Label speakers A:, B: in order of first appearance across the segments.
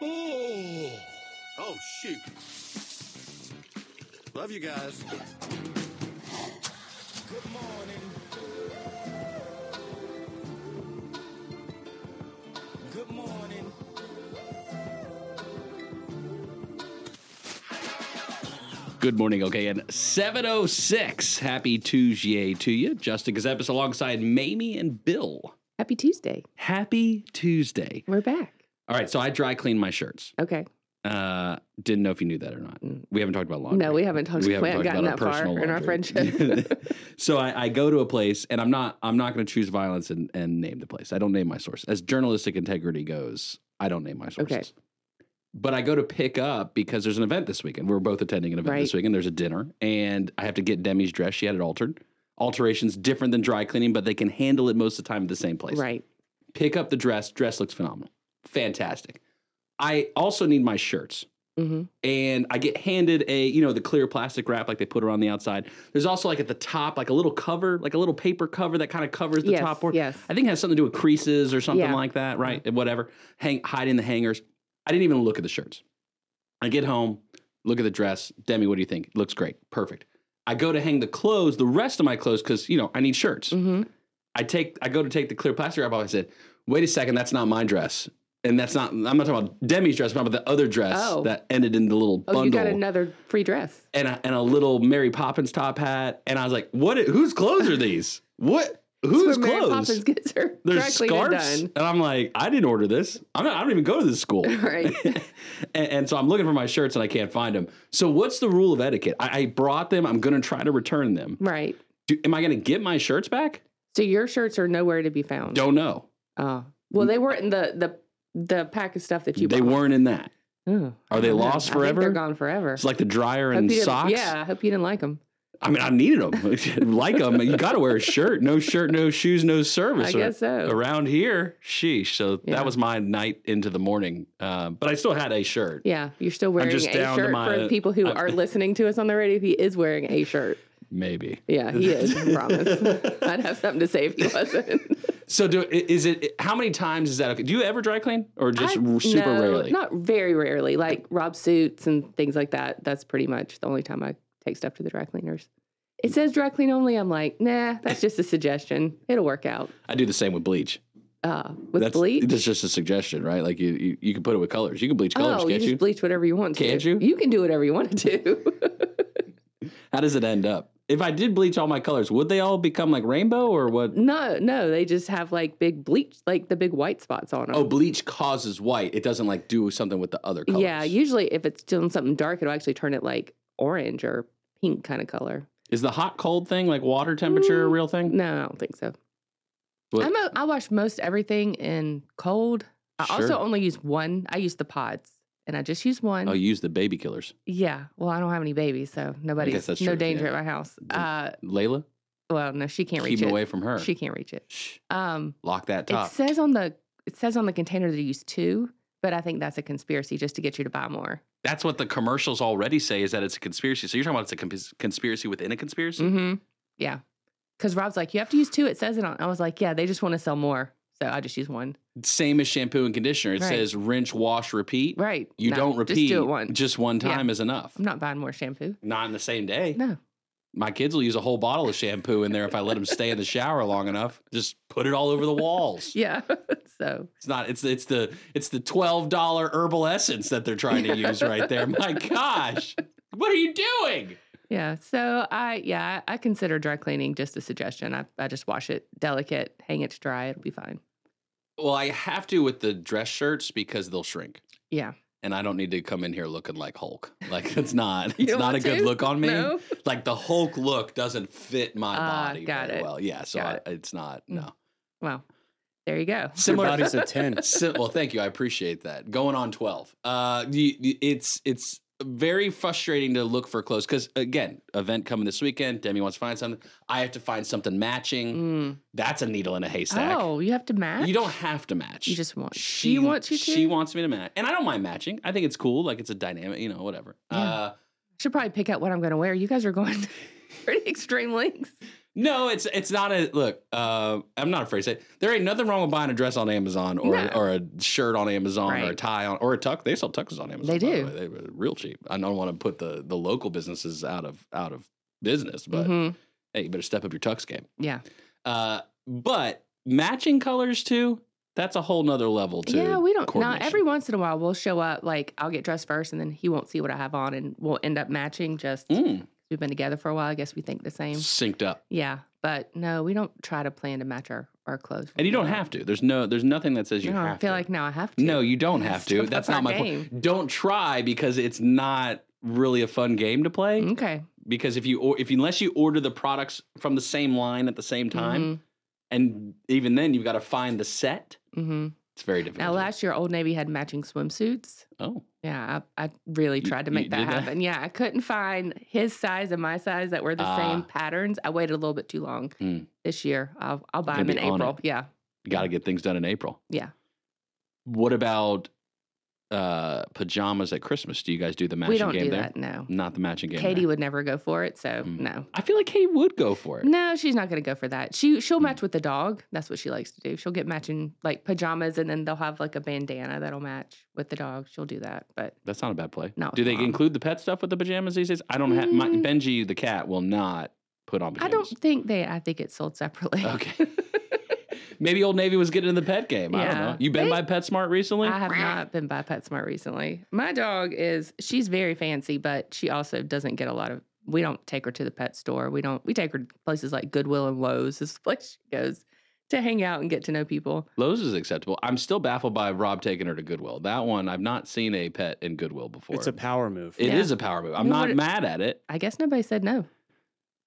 A: Oh, oh shoot. Love you guys. Good morning. Good morning.
B: Good morning, okay, and 706. Happy Tuesday to you. Justin Gazeppis alongside Mamie and Bill.
C: Happy Tuesday.
B: Happy Tuesday.
C: We're back.
B: All right, so I dry cleaned my shirts.
C: Okay.
B: Uh, didn't know if you knew that or not.
C: Mm.
B: We haven't talked about laundry.
C: No, we haven't talked- we haven't gotten
B: our
C: that far
B: personal
C: in our
B: laundry.
C: friendship.
B: so I, I go to a place, and I'm not I'm not going to choose violence and, and name the place. I don't name my source. As journalistic integrity goes, I don't name my sources. But I go to pick up because there's an event this weekend. We're both attending an event this
C: Right.
B: weekend. There's a dinner, and I have to get Demi's dress. She had it altered. Alterations different than dry cleaning, but they can handle it most of the time at the same place
C: Right.
B: pick up the dress. Dress looks phenomenal. Fantastic. I also need my shirts.
C: hmm
B: And I get handed a, you know, the clear plastic wrap like they put around the outside. There's also like at the top, like a little cover, like a little paper cover that kind of covers the
C: yes.
B: top part.
C: Yes.
B: I think it has something to do with creases or something
C: Yeah.
B: like that, right? Whatever. Hang hide in the hangers. I didn't even look at the shirts. I get home, look at the dress. Demi, what do you think? Looks great. Perfect. I go to hang the clothes, the rest of my clothes, because you know, I need shirts.
C: hmm
B: I take I go to take the clear plastic wrap off. I said, "Wait a second, that's not my dress." And that's not I'm not talking about Demi's dress, I'm talking about the other dress
C: Oh.
B: that ended in the little
C: Oh,
B: bundle
C: you got another free dress.
B: and a, and a little Mary Poppins top hat. And I was like, "What? i- Whose clothes are these? What? Whose
C: That's where Mary
B: clothes?
C: Poppins gets her dry
B: There's
C: cleaning
B: scarves."
C: done.
B: And I'm like, "I didn't order this. I'm not, I don't even go to this school."
C: Right.
B: and, and so I'm looking for my shirts and I can't find them. So what's the rule of etiquette? I, I brought them. I'm going to try to return them.
C: Right.
B: Do, am I going to get my shirts back?
C: So your shirts are nowhere to be found.
B: Don't know.
C: Oh. Well, they weren't in the the the pack of stuff that you
B: they
C: bought.
B: weren't in that.
C: Oh, I
B: Are they
C: don't know.
B: lost
C: I think
B: forever?
C: they're gone forever.
B: It's like the dryer
C: Hope you
B: and
C: didn't-
B: socks.
C: Yeah, I hope you didn't like them.
B: I mean, I needed them. like them. You got to wear a shirt. No shirt, no shoes, no service.
C: I
B: ar-
C: guess so.
B: Around here, sheesh. So
C: Yeah.
B: that was my night into the morning. Um, but I still had a shirt.
C: Yeah, you're still wearing
B: just
C: a
B: down to
C: shirt
B: my-
C: for people who
B: I'm-
C: are listening to us on the radio. He is wearing a shirt.
B: Maybe.
C: Yeah, he is. I promise. I'd have something to say if he wasn't.
B: so do i- is it? How many times is that? Okay? Do you ever dry clean or just
C: I-
B: r- super
C: no,
B: rarely?
C: Not very rarely. Like Rob suits and things like that. That's pretty much the only time I take stuff to the dry cleaners. It says dry clean only. I'm like, nah, that's just a suggestion. It'll work out.
B: I do the same with bleach.
C: Uh, with
B: that's,
C: bleach.
B: That's just a suggestion, right? Like you, you, you can put it with colors. You can bleach colors,
C: oh, you
B: can't
C: just
B: you?
C: bleach whatever you want to.
B: Can't you?
C: You can do whatever you want to do.
B: How does it end up? If I did bleach all my colors, would they all become like rainbow or what?
C: no, no, they just have like big bleach, like the big white spots on them.
B: Oh, bleach causes white. It doesn't like do something with the other colors.
C: Yeah, usually if it's doing something dark, it'll actually turn it like orange or pink kind of color.
B: Is the hot cold thing like water temperature a
C: Mm.
B: real thing?
C: No, I don't think so.
B: What-
C: I'm a, I wash most everything in cold. I
B: Sure.
C: also only use one. I use the pods, and I just use one.
B: Oh, you use the baby killers,
C: yeah. Well, I don't have any babies, so nobody's no
B: that's true,
C: danger
B: yeah.
C: at my house.
B: Then
C: Uh,
B: Layla.
C: well, no, she can't
B: keep
C: reach
B: him
C: it.
B: away from her.
C: She can't reach it.
B: Shh,
C: Um,
B: lock that top.
C: it says on the it says on the container to use two, but I think that's a conspiracy just to get you to buy more.
B: That's what the commercials already say is that it's a conspiracy. So you're talking about it's a cons- conspiracy within a conspiracy.
C: Mm-hmm. Yeah. Because Rob's like, you have to use two. It says it on. I was like, yeah, they just want to sell more, so I just use one.
B: Same as shampoo and conditioner. It
C: Right.
B: says rinse, wash, repeat.
C: Right.
B: You
C: No,
B: don't repeat.
C: Just do it once.
B: Just one
C: Yeah.
B: time is enough.
C: I'm not buying more shampoo.
B: Not in the same day.
C: No.
B: My kids will use a whole bottle of shampoo in there if I let them stay in the shower long enough. Just put it all over the walls.
C: Yeah. so
B: It's not. It's it's the it's the twelve dollar herbal essence that they're trying to use right there. My gosh, what are you doing?
C: yeah. So I yeah, I I consider dry cleaning just a suggestion. I, I just wash it delicate, hang it to dry, it'll be fine.
B: Well, I have to with the dress shirts because they'll shrink,
C: Yeah.
B: and I don't need to come in here looking like Hulk. Like it's not
C: You
B: it's
C: don't
B: not a
C: want
B: good
C: to?
B: look on me.
C: No.
B: Like the Hulk look doesn't fit my
C: Ah,
B: body
C: got
B: very
C: it.
B: well. Yeah, so
C: Got
B: I,
C: it.
B: it's not
C: Mm.
B: no
C: Well, there you go.
B: similar.
D: Your body's a 10.
B: Sim- well, thank you. I appreciate that. Going on 12. Uh, you, you- it's it's very frustrating to look for clothes because again, event coming this weekend. Demi wants to find something. I have to find something matching.
C: Mm.
B: That's a needle in a haystack.
C: Oh, you have to match.
B: You don't have to match.
C: You just want. She, wants you to.
B: She wants me to match, and I don't mind matching. I think it's cool. Like it's a dynamic, you know, whatever.
C: Yeah.
B: Uh,
C: Should probably pick out what I'm going to wear. You guys are going pretty extreme lengths.
B: No, it's it's not a look. Uh, I'm not afraid to say it. there ain't nothing wrong with buying a dress on Amazon or
C: No.
B: or a shirt on Amazon or a
C: Right.
B: tie on or a tuck. They sell tuckers on Amazon.
C: They
B: by the
C: do.
B: way. They were real cheap. I don't want to put the the local businesses out of out of business, but
C: Mhm.
B: hey, you better step up your tux game.
C: Yeah.
B: Uh, but matching colors too. That's a whole nother level too.
C: Yeah, we don't. Now,
B: coordination.
C: every once in a while, we'll show up. Like, I'll get dressed first, and then he won't see what I have on, and we'll end up matching. Just
B: Mm,
C: we've been together for a while. I guess we think the same.
B: synced up.
C: Yeah, but no, we don't try to plan to match our, our clothes.
B: And you don't have to. There's no there's nothing that says you
C: No,
B: have
C: I feel
B: to.
C: like now I have to.
B: no, you don't have
C: Step
B: to.
C: up
B: That's not
C: our
B: my point.
C: game.
B: don't try because it's not really a fun game to play
C: Mm-hmm. Okay.
B: because if you or if unless you order the products from the same line at the same time
C: Mm-hmm.
B: and even then you've got to find the set
C: Mhm, mhm.
B: it's very difficult
C: Now, last year, Old Navy had matching swimsuits.
B: oh
C: Yeah, I, I really
B: You-
C: tried to
B: you
C: make that
B: did that?
C: happen. Yeah, I couldn't find his size and my size that were the same
B: Ah.
C: patterns. I waited a little bit too long
B: Mm.
C: this year. I'll, I'll buy
B: Gonna
C: them in
B: be on
C: April. Yeah.
B: you got to get things done in april
C: Yeah.
B: what about uh pajamas at christmas do you guys do the matching
C: we don't
B: game
C: do
B: there
C: that. No.
B: not the matching game
C: Katie
B: there.
C: would never go for it. So,
B: Mm.
C: no.
B: i feel like katie would go for it
C: No, she's not going to go for that. She she'll
B: Mm.
C: match with the dog. That's what she likes to do. She'll get matching like pajamas, and then they'll have like a bandana that'll match with the dog. She'll do that. But
B: that's not a bad play
C: Not with
B: do they
C: mom.
B: include the pet stuff with the pajamas these days i don't have my
C: Mm.
B: benji the cat will not put on
C: I
B: pajamas
C: don't think they. I think it's sold separately.
B: Okay. Maybe Old Navy was getting in the pet game. I don't
C: Yeah.
B: know. You been
C: They-
B: by PetSmart recently?
C: I have not been by PetSmart recently. My dog is she's very fancy, but she also doesn't get a lot of. We don't take her to the pet store. We don't. We take her to places like Goodwill and Lowe's. Is the place she goes to hang out and get to know people.
B: Lowe's is acceptable. I'm still baffled by Rob taking her to Goodwill. That one, I've not seen a pet in Goodwill before.
D: It's a power move.
B: It
C: Yeah.
B: is a power move. I'm
C: You know
B: not
C: what it-
B: mad at it.
C: I guess nobody said no,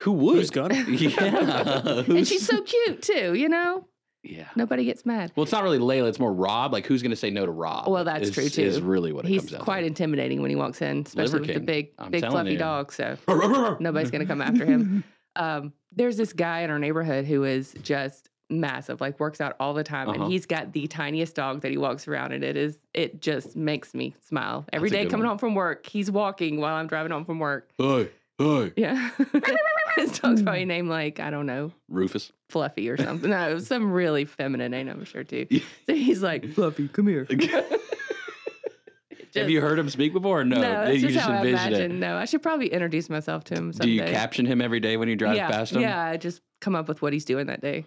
B: Who would?
D: Who's gonna?
B: yeah.
C: and
B: who's-
C: she's so cute too. You know,
B: yeah.
C: nobody gets mad.
B: Well, it's not really Layla. It's more Rob. Like, who's going to say no to Rob?
C: Well, that's
B: Uh, is-
C: true, too.
B: Is really what it
C: He's
B: comes down
C: quite
B: to.
C: intimidating when he walks in, especially with the
B: King,
C: big,
B: I'm
C: big
B: telling
C: fluffy
B: you.
C: dog. So
B: Quite
C: nobody's gonna come after him. um, there's this guy in our neighborhood who is just massive, like works out all the time,
B: Uh-huh.
C: and he's got the tiniest dog that he walks around, and it is it just makes me smile every
B: That's a
C: day
B: good
C: coming
B: one.
C: home from work. He's walking while I'm driving home from work.
B: Hey, hey.
C: Yeah, his dog's probably
B: Hmm.
C: named like I don't know
B: Rufus.
C: Fluffy or something. No, some really feminine name, I'm sure too. So he's like Fluffy, come here.
B: Have you heard him speak before? Or no,
C: that's
B: you
C: just, how I
B: envision it.
C: imagine. No, I should probably introduce myself to him
B: Do
C: someday.
B: you caption him every day when you drive
C: yeah,
B: past him?
C: Yeah, I just come up with what he's doing that day.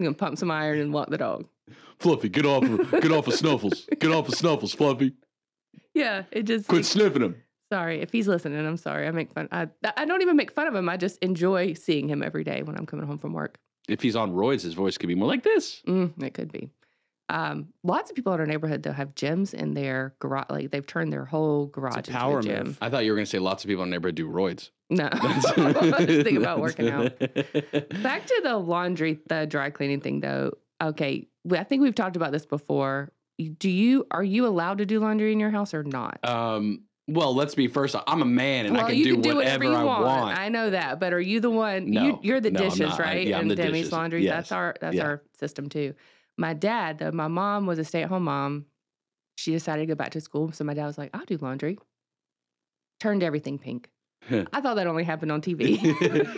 C: I'm gonna pump some iron and walk the dog.
B: Fluffy, get off, get off of Snuffles, get off of Snuffles, Fluffy.
C: Yeah, it just.
B: sniffing him.
C: Sorry, if he's listening, I'm sorry. I make fun. I I don't even make fun of him. I just enjoy seeing him every day when I'm coming home from work.
B: If he's on roids, his voice could be more like this.
C: Mm, it could be. Um, lots of people in our neighborhood though have gyms in their garage. Like they've turned their whole garage into
D: power
C: a gym.
D: move.
B: I thought you were going to say lots of people in the neighborhood do roids.
C: No, just think about working out. Back to the laundry, the dry cleaning thing, though. Okay, we- I think we've talked about this before. You- Do you are you allowed to do laundry in your house or not?
B: Um, well, let's be first. I'm a man and
C: well,
B: I can,
C: you
B: do,
C: can do
B: whatever,
C: whatever, you
B: I want.
C: want. I know that, but are you the one?
B: No,
C: you, you're the
B: no, I'm
C: dishes,
B: not. I-
C: right?
B: yeah, I'm
C: and
B: the
C: Demi's
B: dishes.
C: laundry.
B: Yes.
C: That's our that's
B: Yeah.
C: our system too. My dad, though, my mom was a stay at home mom. She decided to go back to school, so my dad was like, "I'll do laundry." Turned everything pink. I thought that only happened on TV.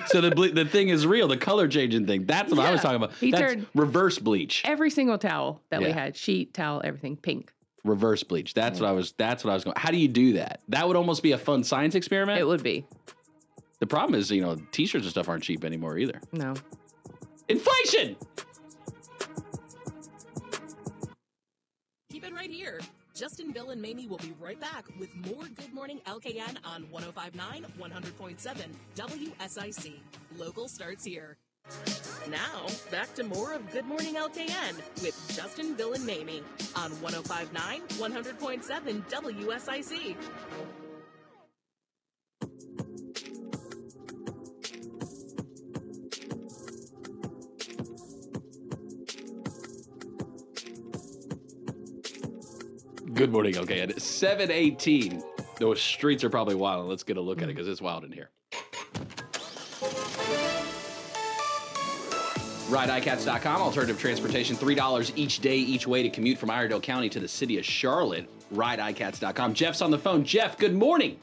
B: so the ble- the thing is real. The color changing thing. That's what I was
C: Yeah.
B: talking about.
C: He
B: That's
C: turned-
B: reverse bleach.
C: Every single towel that we
B: Yeah.
C: had, sheet, towel, everything, pink.
B: Reverse bleach. That's what I was. That's what I was going. How do you do that? That would almost be a fun science experiment.
C: It would be.
B: the problem is, you know, t-shirts and stuff aren't cheap anymore either.
C: No.
B: Inflation.
E: Keep it right here. Justin, Bill, and Mamie will be right back with more Good Morning LKN on 1059 100.7 WSIC. Local starts here. Now, back to more of Good Morning LKN with Justin, Bill, and Mamie on 1059 100.7 WSIC.
B: Good morning, okay. At 718, those streets are probably wild. Let's get a look at it because it's wild in here. RideICATS.com, alternative transportation, $3 each day, each way to commute from Iredell County to the city of Charlotte. RideICATS.com. Jeff's on the phone. Jeff, good morning.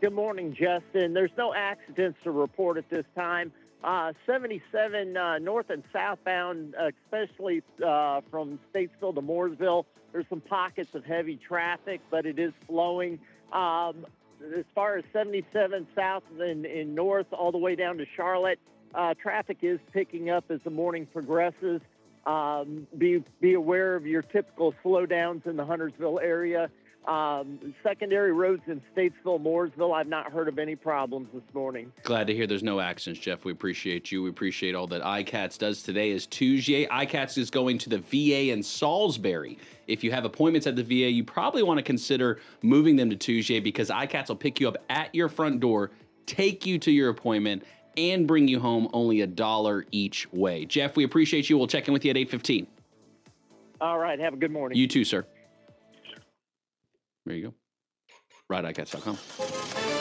F: Good morning, Justin. There's no accidents to report at this time.
D: Uh, 77 uh, north and southbound, especially uh, from Statesville to Mooresville. There's some pockets of heavy traffic, but it is flowing. Um, as far as 77 south and, and north, all the way down to Charlotte, uh, traffic is picking up as the morning progresses. Um, be be aware of your typical slowdowns in the Huntersville area. Um, secondary roads in Statesville, Mooresville, I've not heard of any problems this morning.
B: Glad to hear there's no accidents, Jeff. We appreciate you. We appreciate all that ICATS does today is Tuesday. ICATS is going to the VA in Salisbury. If you have appointments at the VA, you probably want to consider moving them to Tuesday because ICATS will pick you up at your front door, take you to your appointment, and bring you home only a dollar each way. Jeff, we appreciate you. We'll check in with you at 815.
D: All right, have a good morning.
B: You too, sir. There you go. RideICats.com.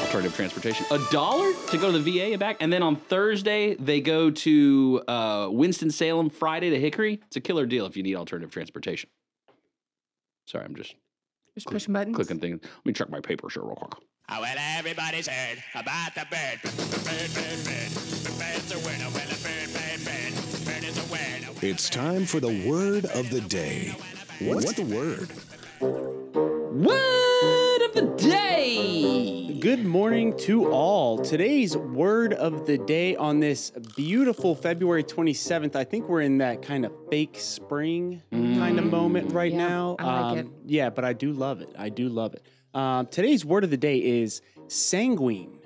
B: Alternative transportation. A dollar to go to the VA and back. And then on Thursday, they go to uh, Winston-Salem, Friday to Hickory. It's a killer deal if you need alternative transportation. Sorry, I'm just
C: Just pushing buttons.
B: clicking things. Let me check my papers here real quick.
F: Oh, well, everybody's heard about the bird. Bird, bird, bird. Bird's a word. Oh, well, a bird, bird, bird. Bird is a word. Oh, well,
G: It's time for the word of the day. What's the word?
B: Word of the day.
H: Good morning to all. Today's word of the day on this beautiful February 27th. I think we're in that kind of fake spring kind of moment right
C: Mm. Yeah,
H: now. Um,
C: I like it.
H: Yeah, but I do love it. I do love it. Um, today's word of the day is sanguine.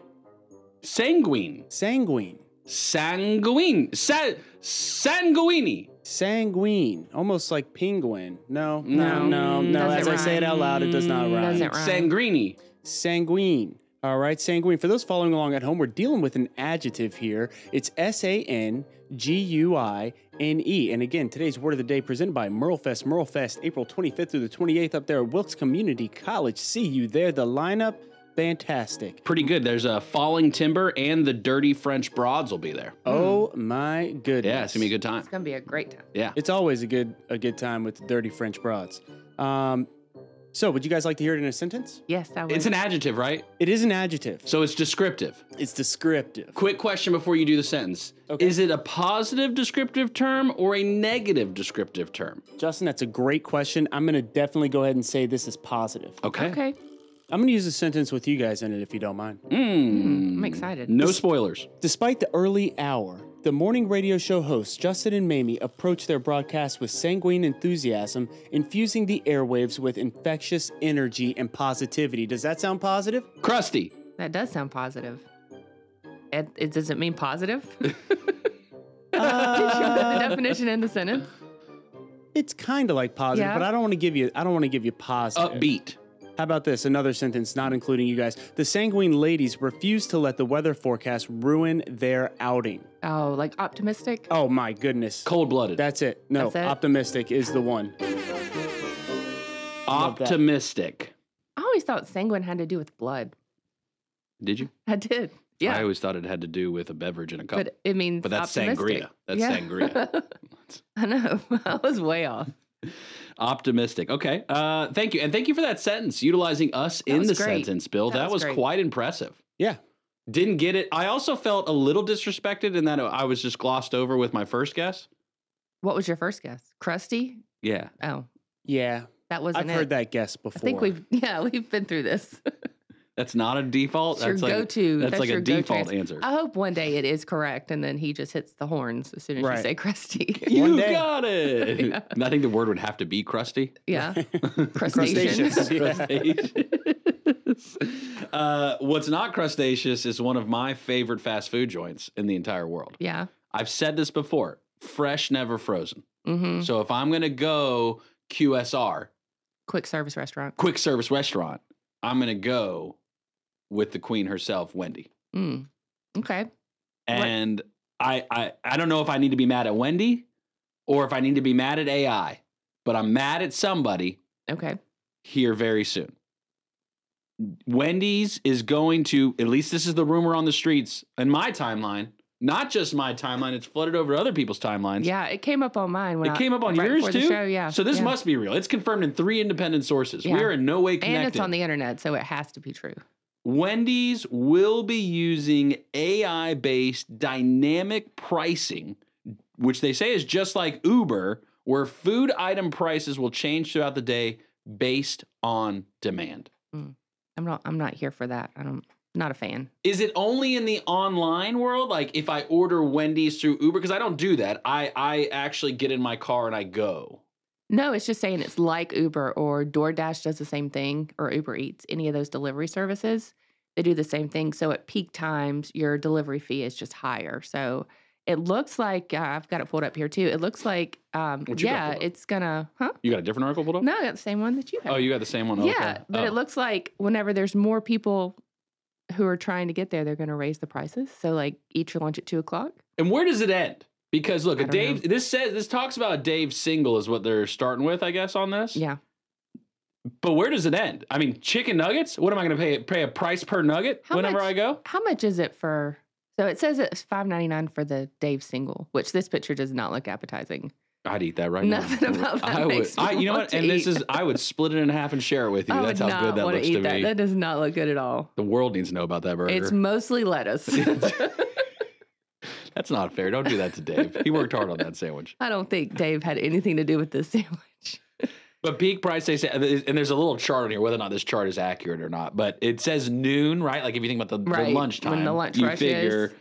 B: Sanguine.
H: Sanguine.
B: Sanguine. Sa- sanguini.
H: Sanguine. Almost like penguin. No,
C: No.
H: no, no, no.
C: Doesn't
H: As I say it
C: rhyme.
H: out loud, it does not rhyme.
C: Doesn't rhyme.
B: Sangrini.
H: Sanguine. All right, sanguine. For those following along at home, we're dealing with an adjective here. It's S A N G U I N E. And again, today's word of the day presented by Merlefest. Merlefest, April 25th through the 28th up there at Wilkes Community College. See you there. The lineup, fantastic.
B: Pretty good. There's a falling timber and the dirty French broads will be there.
H: Oh my goodness.
B: Yeah, it's gonna be a good time.
C: It's gonna be a great time.
B: Yeah.
H: It's always a good a good time with the dirty French broads. Um, so, would you guys like to hear it in a sentence?
C: Yes, I would.
B: It's an adjective, right?
H: It is an adjective.
B: So it's descriptive.
H: It's descriptive.
B: Quick question before you do the sentence.
H: Okay.
B: Is it a positive descriptive term or a negative descriptive term?
H: Justin, that's a great question. I'm going to definitely go ahead and say this is positive.
B: Okay.
C: okay.
H: I'm going to use a sentence with you guys in it if you don't mind.
B: Mm.
C: Hmm, I'm excited.
B: No spoilers.
H: Despite the early hour, the morning radio show hosts Justin and Mamie approach their broadcast with sanguine enthusiasm, infusing the airwaves with infectious energy and positivity. Does that sound positive?
B: Crusty.
C: That does sound positive. It, it doesn't mean positive. the
H: Uh,
C: definition in the sentence.
H: it's kind of like positive,
C: Yeah.
H: but I don't want to give you I don't want to give you positive.
B: Upbeat.
H: How about this? Another sentence not including you guys. The sanguine ladies refuse to let the weather forecast ruin their outing.
C: Oh, like optimistic.
H: Oh my goodness.
B: Cold blooded.
H: That's it. No,
C: That's it?
H: optimistic is the one. love that.
B: Optimistic.
C: I always thought sanguine had to do with blood.
B: Did you?
C: I did. Yeah.
B: I always thought it had to do with a beverage in a cup.
C: but it means
B: But that's
C: optimistic.
B: sangria. That's sangria.
C: sangria. I know. I was way off.
B: Optimistic. Okay. Uh, thank you. And thank you for that sentence, utilizing us in
C: was
B: the
C: great.
B: sentence, Bill. That,
C: That was
B: was,
C: great.
B: quite impressive.
H: Yeah.
B: Didn't get it. I also felt a little disrespected in that I was just glossed over with my first guess.
C: What was your first guess? Crusty?
B: Yeah.
C: Oh,
H: Yeah.
C: that wasn't
H: I've
C: it.
H: heard that guess before.
C: I think we've yeah we've been through this.
B: That's not a default.
C: It's your
B: That's like
C: go-to.
B: that's, like
C: your
B: a
C: go-to
B: default
C: answer. Oh,
B: answer.
C: I hope one day it is correct, and then he just hits the horns as soon as you
H: Right.
C: say crusty.
B: you
H: One day.
B: got it. And I think the word would have to be crusty.
C: yeah, crustacean.
H: Crustaceans. Yeah.
B: Crustaceous. uh, what's not crustaceous is one of my favorite fast food joints in the entire world.
C: yeah.
B: I've said this before. Fresh, never frozen.
C: hmm
B: So if I'm gonna go QSR,
C: Quick service restaurant.
B: quick service restaurant, I'm gonna go with the queen herself, Wendy.
C: Mm. Okay. What-
B: And I, I I don't know if I need to be mad at Wendy or if I need to be mad at AI, but I'm mad at somebody
C: Okay.
B: here very soon. Wendy's is going to, at least this is the rumor on the streets in my timeline, not just my timeline, it's flooded over to other people's timelines.
C: Yeah, it came up on mine when
B: It
C: I,
B: came up on
C: right
B: yours
C: before the
B: too.
C: show, yeah,
B: So this
C: yeah.
B: must be real. It's confirmed in three independent sources.
C: Yeah.
B: We are in no way connected.
C: and it's on the internet, so it has to be true.
B: Wendy's will be using AI based dynamic pricing, which they say is just like Uber, where food item prices will change throughout the day based on demand.
C: I'm not. I'm not here for that. I don't. Not a fan.
B: Is it only in the online world? Like if I order Wendy's through Uber, because I don't do that. I, I actually get in my car and I go.
C: No, it's just saying it's like Uber or DoorDash does the same thing or Uber Eats, any of those delivery services. They do the same thing. So at peak times, your delivery fee is just higher. So it looks like uh, I've got it pulled up here too. It looks like, um,
B: What you got
C: yeah,
B: pulled up?
C: it's gonna, huh?
B: You got a different article pulled up?
C: No, I got the same one that you have.
B: Oh, you got the same one.
C: yeah,
B: okay.
C: but
B: oh.
C: it looks like whenever there's more people who are trying to get there, they're gonna raise the prices. So like eat your lunch at two o'clock.
B: And where does it end? Because look,
C: I
B: a
C: don't
B: Dave. This says this talks about a Dave single is what they're starting with, I guess, on this.
C: Yeah.
B: But where does it end? I mean, chicken nuggets. What am I going to pay? Pay a price per nugget
C: How
B: whenever
C: much-
B: I go.
C: How much is it for? So it says it's five ninety nine for the Dave single, which this picture does not look appetizing.
B: I'd eat that right
C: Nothing
B: now.
C: about that
B: I would.
C: makes me
B: I, you know
C: want
B: what?
C: to
B: And this
C: eat.
B: is. I would split it in half and share it with you.
C: I
B: That's
C: would
B: how good
C: not
B: that
C: want
B: looks
C: to eat
B: to
C: that.
B: me.
C: That does not look good at all.
B: the world needs to know about that burger.
C: It's mostly lettuce.
B: That's not fair. Don't do that to Dave. He worked hard on that sandwich.
C: I don't think Dave had anything to do with this sandwich.
B: But peak price, they say, and there's a little chart on here whether or not this chart is accurate or not. But it says noon, right? Like if you think about the, the
C: Right,
B: lunchtime,
C: when the lunch rush is.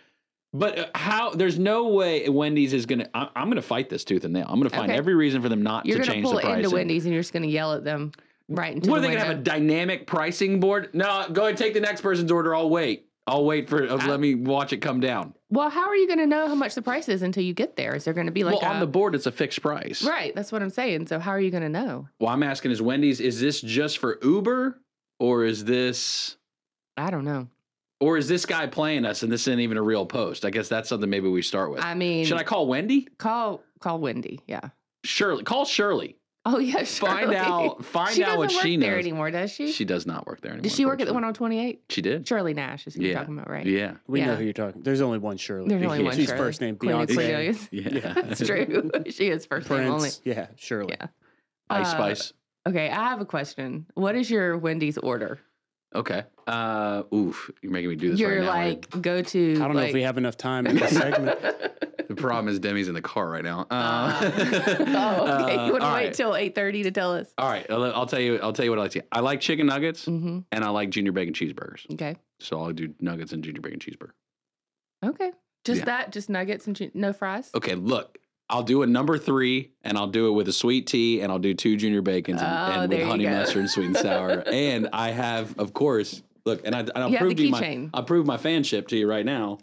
B: But uh, how? There's no way Wendy's is gonna. I'm, I'm gonna fight this tooth and nail. I'm gonna find
C: Okay.
B: every reason for them not
C: You're
B: to
C: gonna
B: change
C: pull
B: the
C: it
B: pricing.
C: into Wendy's and you're just gonna yell at them right into
B: what are
C: the
B: they gonna have a
C: window.
B: dynamic pricing board? No, go ahead, take the next person's order. I'll wait. I'll wait for. uh, let me watch it come down.
C: well, how are you gonna know how much the price is until you get there? Is there gonna be like
B: well, on
C: a-
B: the board, it's a fixed price.
C: right? That's what I'm saying. So how are you gonna know?
B: Well, I'm asking is Wendy's is this just for Uber or is this?
C: I don't know.
B: Or is this guy playing us and this isn't even a real post? I guess that's something maybe we start with.
C: I mean,
B: Should I call Wendy?
C: call call Wendy? Yeah.
B: Shirley, call Shirley.
C: Oh yeah,
B: Find
C: Shirley.
B: out. Find
C: she
B: out
C: doesn't
B: what
C: work
B: she
C: there
B: knows.
C: anymore, does she?
B: She does not work there anymore.
C: Did she work at the one oh
B: unfortunately.
C: on 28?
B: She did.
C: Shirley Nash is who
B: Yeah.
C: you're talking about, right?
B: Yeah.
H: We know
C: Yeah.
H: who you're talking. There's only one Shirley.
C: There's only one
H: She's
C: Shirley.
H: first name
C: Queen of
H: Beyonce.
C: Cornelius.
B: Yeah.
C: That's true. she is first name only.
H: Prince. Yeah, Shirley.
C: Yeah.
B: Ice
C: Uh,
B: Spice.
C: Okay, I have a question. What is your Wendy's order?
B: Okay. Uh, oof. You're making me do this right
C: Your
B: now.
C: like go to.
H: I don't know if we have enough time in this segment.
B: The problem is Demi's in the car right now. Uh,
C: oh, okay.
B: uh,
C: you want to
B: all
C: wait
B: right.
C: till 8:30 to tell us?
B: All right. I'll, I'll tell you. I'll tell you what I like to eat. I like chicken nuggets
C: Mm-hmm.
B: and I like junior bacon cheeseburgers.
C: Okay.
B: So I'll do nuggets and junior bacon cheeseburger.
C: Okay. Just
B: Yeah.
C: that, just nuggets and chi- no fries.
B: okay, look, I'll do a number three and I'll do it with a sweet tea and I'll do two junior bacons and,
C: Oh,
B: and with
C: there you
B: honey
C: go.
B: mustard and sweet and sour. and I have, of course, look, and I and I'll
C: You have
B: prove
C: the
B: to you my
C: keychain.
B: I'll prove my fanship to you right now.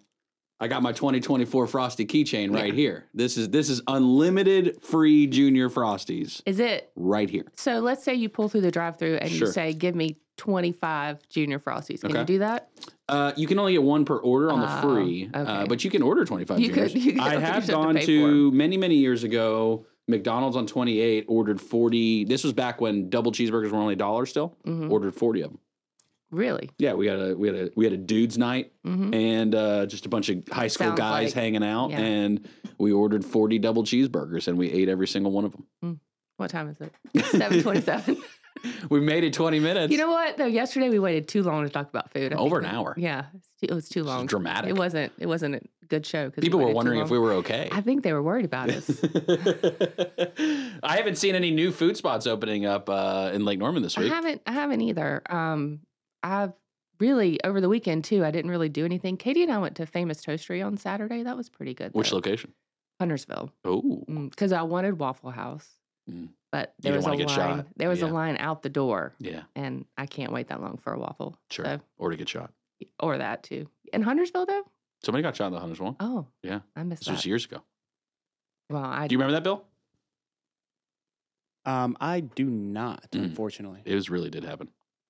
B: I got my 2024 Frosty keychain right here. This is this is unlimited free junior frosties
C: Is it
B: right here.
C: So let's say you pull through the drive-through and
B: Sure.
C: you say, "Give me 25 junior frosties." Can
B: Okay.
C: you do that?
B: Uh, you can only get one per order on the
C: Oh,
B: free, uh,
C: okay.
B: but you can order 25
C: You
B: juniors.
C: could- you could-
B: I
C: you
B: have
C: just have to
B: gone
C: pay
B: to many, many years ago, McDonald's on 28 ordered 40. This was back when double cheeseburgers were only a dollar still.
C: Mhm.
B: Ordered 40 of them.
C: Really?
B: Yeah, we had a we had a we had a dudes night
C: Mm-hmm.
B: and uh, just a bunch of high school
C: Sounds
B: guys
C: like-
B: hanging out
C: yeah.
B: and we ordered 40 double cheeseburgers and we ate every single one of them.
C: What time is it? 7:27.
B: We made it 20 minutes.
C: you know what? Though yesterday we waited too long to talk about food. I
B: Over
C: think
B: an
C: we-
B: hour.
C: Yeah, it's too- it was too
B: This is
C: long.
B: dramatic.
C: It wasn't. It wasn't a good show because
B: People were wondering if we were okay.
C: I think they were worried about us.
B: I haven't seen any new food spots opening up uh, in Lake Norman this
C: I
B: week.
C: haven't. I haven't either. Um, I've really over the weekend too. I didn't really do anything. Katie and I went to Famous Toastery on Saturday. That was pretty good.
B: Which
C: though.
B: location?
C: Huntersville.
B: Oh,
C: because I wanted Waffle House,
B: Mm.
C: but there
B: didn't
C: was a
B: wanna
C: line.
B: get shot.
C: There was
B: Yeah.
C: a line out the door,
B: yeah,
C: and I can't wait that long for a waffle.
B: sure.
C: So-
B: Or to get shot.
C: or that too. In Huntersville, though.
B: Somebody got shot in the Hunters one.
C: Oh,
B: Yeah.
C: I missed
B: This
C: that.
B: was years ago.
C: Well, I
B: Do you remember that, Bill?
H: Um, I do not,
B: Mm.
H: unfortunately.
B: It was really did happen.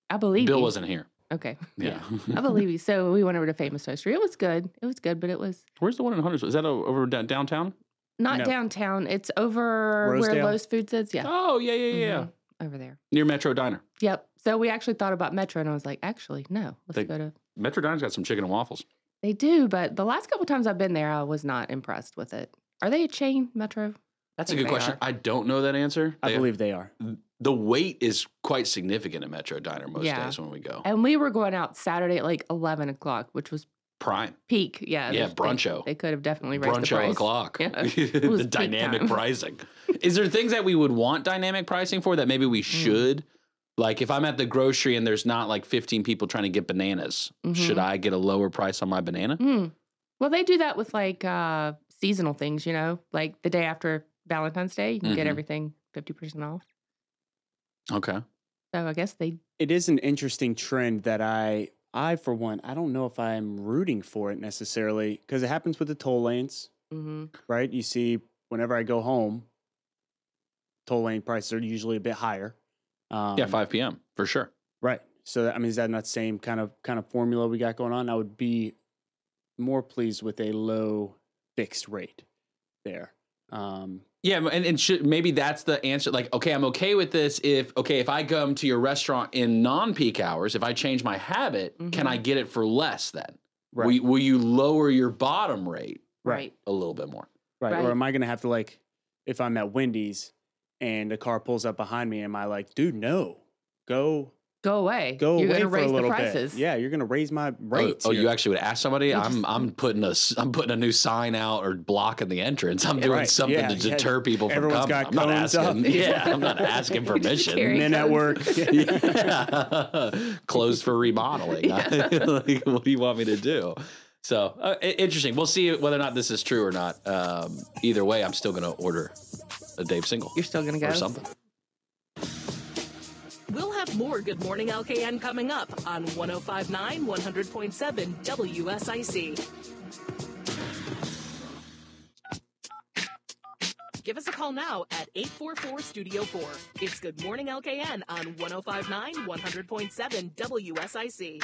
C: I believe
B: Bill
C: you.
B: wasn't here.
C: okay.
B: Yeah.
C: I believe you. So we went over to Famous Toastery. It was good. It was good, but it was
B: Where's the one in Hunters? Is that o- over da- downtown?
C: not
H: No.
C: downtown. It's over where
H: Rosedale?
C: Lowe's Foods is. Yeah.
B: Oh, yeah, yeah, yeah. yeah.
C: Mhm. Over there.
B: Near Metro Diner.
C: Yep. So we actually thought about Metro, and I was like, actually, no. Let's
B: They-
C: go to.
B: Metro Diner's got some chicken and waffles.
C: They do, but the last couple times I've been there, I was not impressed with it. Are they a chain Metro?
B: That's a
C: think
B: good
C: they
B: question.
C: are.
B: I don't know that answer.
H: I
B: They-
H: believe they are.
B: the wait is quite significant at Metro Diner most
C: Yeah.
B: days when we go.
C: And we were going out Saturday at like 11 o'clock, which was
B: Prime.
C: peak. Yeah.
B: Yeah,
C: they-
B: bruncho.
C: They, could have definitely raised the
B: Bruncho
C: price.
B: o'clock.
C: Yeah. It was
B: the
C: peak
B: dynamic
C: time.
B: pricing. Is there things that we would want dynamic pricing for that maybe
C: Hmm.
B: we should? Like if I'm at the grocery and there's not like 15 people trying to get bananas, should
C: Mhm.
B: I get a lower price on my banana?
C: Hmm. Well, they do that with like uh, seasonal things, you know, like the day after Valentine's Day, you can get
B: Mhm.
C: everything 50% off.
B: Okay.
C: So I guess they,
H: it is an interesting trend that I I for one I don't know if I'm rooting for it necessarily because it happens with the toll lanes,
C: hmm
H: right? You see, whenever I go home, toll lane prices are usually a bit higher. Um,
B: yeah, 5 p.m. for sure.
H: Right. So that, I mean, is that not the same kind of kind of formula we got going on? I would be more pleased with a low fixed rate there. Um,
B: Yeah, and, and should, maybe that's the answer. Like, okay, I'm okay with this if okay if I come to your restaurant in non-peak hours. If I change my habit, can
C: Mhm.
B: I get it for less? Then
H: right.
B: will, you- will you lower your bottom rate
H: Right.
C: right.
B: a little bit more?
H: right.
C: right.
H: Or am I going to have to like, if I'm at Wendy's and a car pulls up behind me, am I like, dude, no, go
C: Go away.
H: go
C: You're
H: away
C: gonna
H: for
C: raise
H: a little
C: the prices.
H: bit. Yeah, you're going to raise my rates.
B: Oh, oh, you
H: here.
B: actually would ask somebody.
C: You
B: I'm
C: just-
B: I'm putting a s- I'm putting a new sign out or blocking the entrance. I'm
H: Yeah,
B: doing
H: right.
B: something
H: Yeah,
B: to
H: yeah.
B: deter people from
H: Everyone's
B: coming.
H: got
B: I'm not
H: cones
B: asking.
H: up.
B: Yeah, I'm not asking permission.
C: Carry
H: men at
C: cones.
H: work.
B: yeah. closed for remodeling. like, what do you want me to do? So uh, i- interesting. We'll see whether or not this is true or not. Um, either way, I'm still going to order a Dave single
C: You're still going to
B: or
C: go.
B: something.
E: We'll have more Good Morning LKN coming up on 1059 100.7 WSIC. Give us a call now at 844 Studio 4. It's Good Morning LKN on 1059 100.7 WSIC.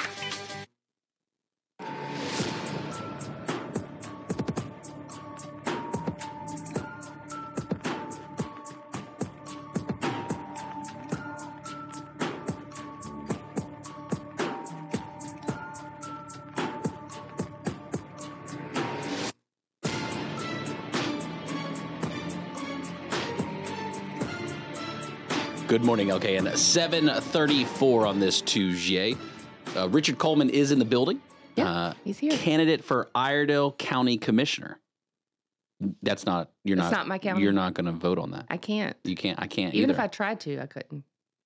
B: Good morning, okay. And 7:34 on this Tuesday. Uh, Richard Coleman is in the building.
C: Yeah.
B: Uh,
C: He's here.
B: candidate for Iredale County Commissioner. That's not you're
C: It's
B: not,
C: not my county.
B: You're not going to vote on that.
C: I can't.
B: you can't. I can't
C: Even if
B: either.
C: I tried to, I couldn't.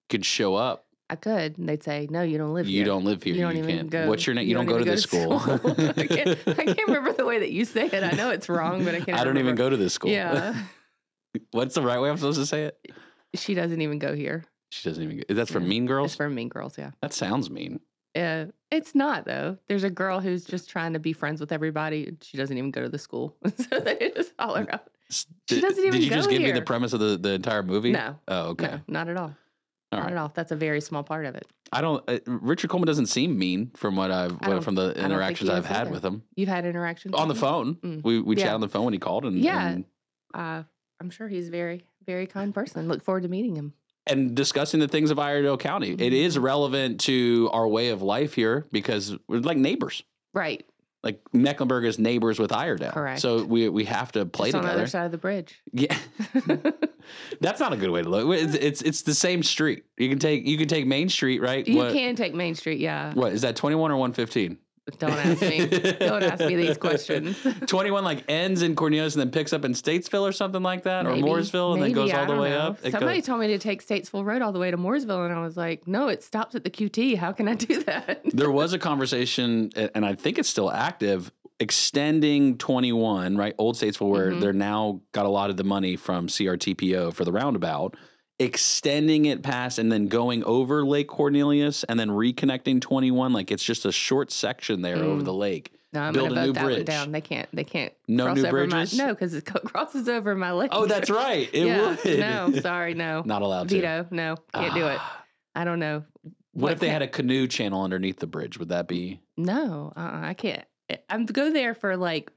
B: could show up.
C: I could. And they'd say, no, you don't live
B: you
C: here.
B: don't live here.
C: You
B: You,
C: don't even
B: can't.
C: go.
B: What's your name? You, don't, go to
C: even
B: this school.
C: I, can't, I can't remember the way that you say it. I know it's wrong, but I can't.
B: I don't even
C: remember.
B: go to this school.
C: Yeah,
B: What's the right way I'm supposed to say it?
C: she doesn't even go here.
B: She doesn't even. Go. That's from
C: Yeah.
B: Mean
C: It's
B: Girls.
C: from Mean Girls. Yeah,
B: that sounds mean.
C: uh, it's not though. There's a girl who's just trying to be friends with everybody. and She doesn't even go to the school, so they just all her out.
B: S-
C: She
B: did-
C: doesn't even
B: Did you
C: go
B: just give me the
C: here.
B: premise of the, the entire movie?
C: No,
B: Oh, okay.
C: no, not at all.
B: All
C: not
B: right.
C: at all. That's a very small part of it.
B: I don't. Uh, Richard Coleman doesn't seem mean from what I've
C: I
B: what-
C: don't-
B: from the
C: I don't
B: interactions
C: think
B: I've
C: he is
B: had
C: either.
B: with him
C: You've had interactions
B: on the
C: with
B: phone.
C: Mm.
B: We we chatted
C: Yeah.
B: on the phone when he called, and
C: Yeah.
B: and,
C: him? Uh, I'm sure he's very, very kind person. Look forward to meeting him.
B: and discussing the things of Iredale County.
C: Mm-hmm.
B: It is relevant to our way of life here because we're like neighbors.
C: Right,
B: like Mecklenburg is neighbors with Iredale.
C: Correct.
B: So we we have to play
C: Just on the
B: together.
C: other side of the bridge.
B: Yeah. That's not a good way to look. It's, it's it's the same street. You can take you can take Main Street, right?
C: You
B: what,
C: can take Main Street, yeah.
B: what is that 21 or 115?
C: Don't ask me. Don't ask me these questions.
B: 21 like ends in Cornelius and then picks up in Statesville or something like that or
C: Maybe.
B: Mooresville and then
C: Maybe,
B: goes
C: I
B: all the
C: don't
B: way
C: know.
B: up. It
C: Somebody
B: goes-
C: told me to take Statesville Road all the way to Mooresville, and I was like, no, it stops at the QT. How can I do that?
B: there was a conversation a- and I think it's still active extending 21, right? Old Statesville where
C: Mhm.
B: they're now got a lot of the money from CRTPO for the roundabout, extending it past and then going over Lake Cornelius and then reconnecting 21 like it's just a short section there over
C: Mm.
B: the lake.
C: No, I'm
B: Build
C: gonna
B: a
C: vote
B: new
C: that
B: bridge.
C: one down. They can't. They can't.
B: No
C: cross
B: new
C: over
B: bridges?
C: My, no, because it co- crosses over my leg.
B: Oh, that's right. It
C: yeah.
B: would.
C: No, sorry, no.
B: Not allowed to.
C: Veto. No, can't do it.
B: Ah.
C: I don't know.
B: What, if they had
C: can't-
B: a canoe channel underneath the bridge? Would that be
C: No, uh-uh, I can't. I- I'm go there for like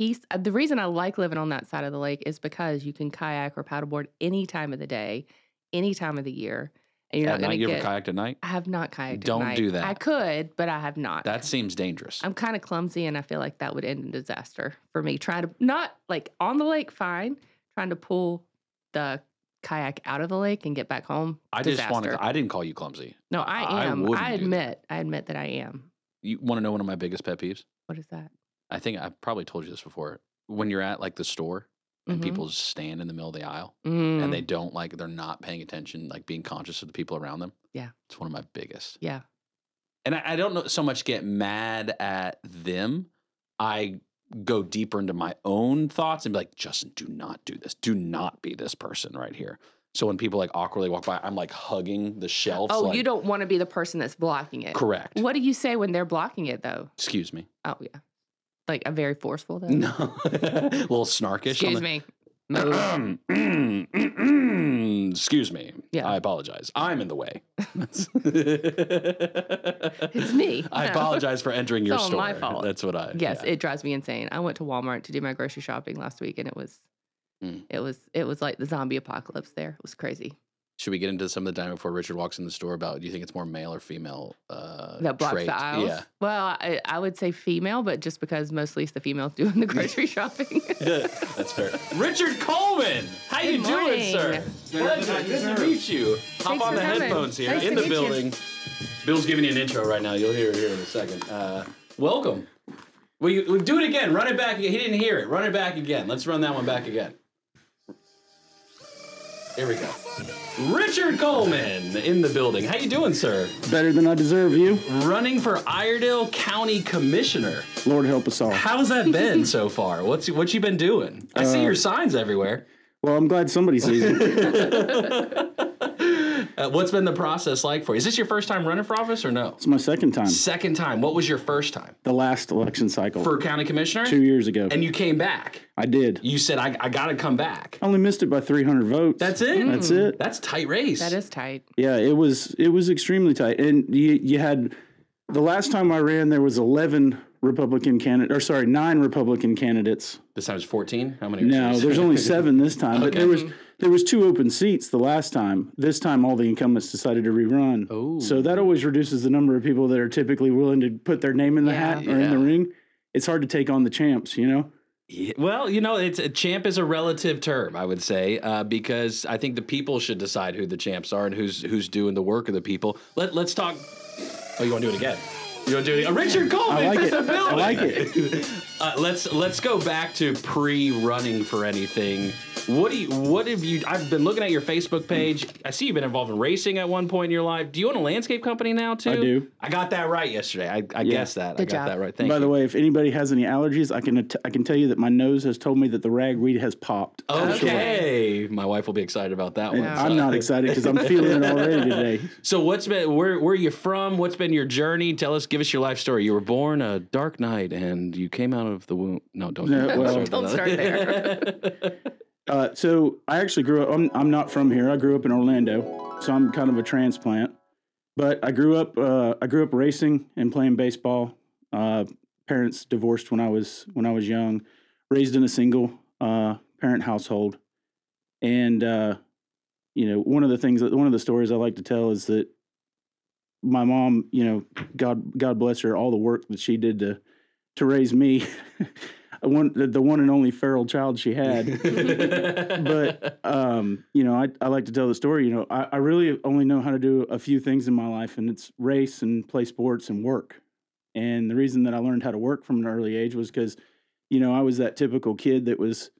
C: east. uh, The reason I like living on that side of the lake is because you can kayak or paddleboard any time of the day, any time of the year, and you're
B: at
C: not
B: night?
C: going to
B: You
C: get.
B: ever kayaked at night?
C: I have not kayaked. at
B: Don't
C: night.
B: do that.
C: I could, but I have not.
B: That seems dangerous.
C: I'm kind of clumsy, and I feel like that would end in disaster for me. Trying to not like on the lake, fine. Trying to pull the kayak out of the lake and get back home.
B: I just wanted.
C: disaster.
B: I didn't call you clumsy.
C: No,
B: I
C: I am.
B: wouldn't
C: I,
B: do that.
C: admit. I admit that I am.
B: You want to know one of my biggest pet peeves?
C: What is that?
B: I think I've probably told you this before. When you're at like the store and
C: Mhm.
B: people just stand in the middle of the aisle
C: Mm,
B: and they don't like they're not paying attention, like being conscious of the people around them.
C: Yeah.
B: It's one of my biggest.
C: Yeah.
B: And I, I don't know so much get mad at them. I go deeper into my own thoughts and be like, Justin, do not do this. Do not be this person right here. So when people like awkwardly walk by, I'm like hugging the shelf.
C: oh,
B: like,
C: you don't want to be the person that's blocking it.
B: correct.
C: What do you say when they're blocking it though?
B: Excuse me.
C: Oh yeah, like a very forceful though.
B: No. a little snarkish. on
C: Excuse
B: the-
C: me. Move.
B: Excuse me.
C: Yeah.
B: I apologize. I'm in the way.
C: It's
B: it's
C: me.
B: I
C: No.
B: apologize for entering
C: It's
B: your
C: all
B: store.
C: my fault.
B: That's what I.
C: yes,
B: yeah.
C: it drives me insane. I went to Walmart to do my grocery shopping last week, and it was,
B: Mm.
C: it was, it was like the zombie apocalypse. There, it was crazy.
B: Should we get into some of the time before Richard walks in the store about do you think it's more male or female uh
C: that blocks
B: trait?
C: the aisles.
B: Yeah.
C: Well, I, I would say female, but just because mostly it's the females doing the grocery shopping.
B: That's fair. Richard Coleman, how you
C: Good
B: doing, sir?
C: morning.
B: Pleasure. Good to meet you. Hop
C: Thanks
B: on
C: for
B: the
C: coming.
B: headphones here
C: Nice
B: in
C: to
B: the
C: meet you.
B: building. Bill's giving you an intro right now. You'll hear it here in a second. Uh, welcome. Well, you, well, do it again. Run it back. He didn't hear it. Run it back again. Let's run that one back again. Here we go. Richard Coleman in the building. How you doing, sir?
I: Better than I deserve you.
B: Running for Iredale County Commissioner.
I: Lord help us all.
B: How's that been so far? What's what you been doing? I see your signs everywhere.
I: Uh, Well, I'm glad somebody sees it.
B: Uh, what's been the process like for you? Is this your first time running for office or no?
I: It's my second time.
B: Second time. What was your first time
I: The last election cycle.
B: for county commissioner?
I: two years ago.
B: And you came back.
I: I did.
B: You said I, I got to come back.
I: I only missed it by 300 votes.
B: That's it.
I: That's it.
B: That's tight race.
C: that is tight.
I: Yeah, it was it was extremely tight. And you you had the last time I ran there was 11 Republican candidate or sorry, 9 Republican candidates.
B: This time it's 14. How many?
I: No,
B: races?
I: there's only 7 this time, but
B: Okay.
I: there was there was two open seats the last time. This time all the incumbents decided to rerun.
B: Oh.
I: So that always reduces the number of people that are typically willing to put their name in the
C: Yeah.
I: hat or in the
B: Yeah.
I: ring. It's hard to take on the champs, you know?
B: Yeah, well, you know, it's a champ is a relative term, I would say, uh, because I think the people should decide who the champs are and who's who's doing the work of the people. Let Let's talk. Oh, you want to do it again? You want to do it? Again? Richard Coleman,
I: like
B: in
I: it.
B: the building.
I: I like it.
B: Uh, let's Let's go back to pre-running for anything. What do you? What have you? I've been looking at your Facebook page. I see you've been involved in racing at one point in your life. Do you own a landscape company now too?
I: I do.
B: I got that right yesterday. I, I
I: Yeah.
B: guessed that. I
C: Good
B: got
C: job.
B: that right. Thank
I: By
B: you.
I: the way, if anybody has any allergies, I can att- I can tell you that my nose has told me that the ragweed has popped.
B: Okay, Oh, my wife will be excited about that one.
I: I'm not excited because I'm feeling it already today.
B: So what's been where where are you from? What's been your journey? Tell us, give us your life story. You were born a dark night and you came out of the womb. No, don't.
I: No,
B: don't
I: well-
B: start
C: Don't
B: that.
C: start there.
I: Uh, so I actually grew up. I'm I'm not from here. I grew up in Orlando, so I'm kind of a transplant. But I grew up. Uh, I grew up racing and playing baseball. Uh, parents divorced when I was when I was young. Raised in a single uh, parent household, and uh, you know one of the things that one of the stories I like to tell is that my mom, you know, God God bless her, all the work that she did to to raise me. One, the, the one and only feral child she had but um, you know, I, I like to tell the story. You know, I, I really only know how to do a few things in my life, and it's race and play sports and work. And the reason that I learned how to work from an early age was because, you know, I was that typical kid that was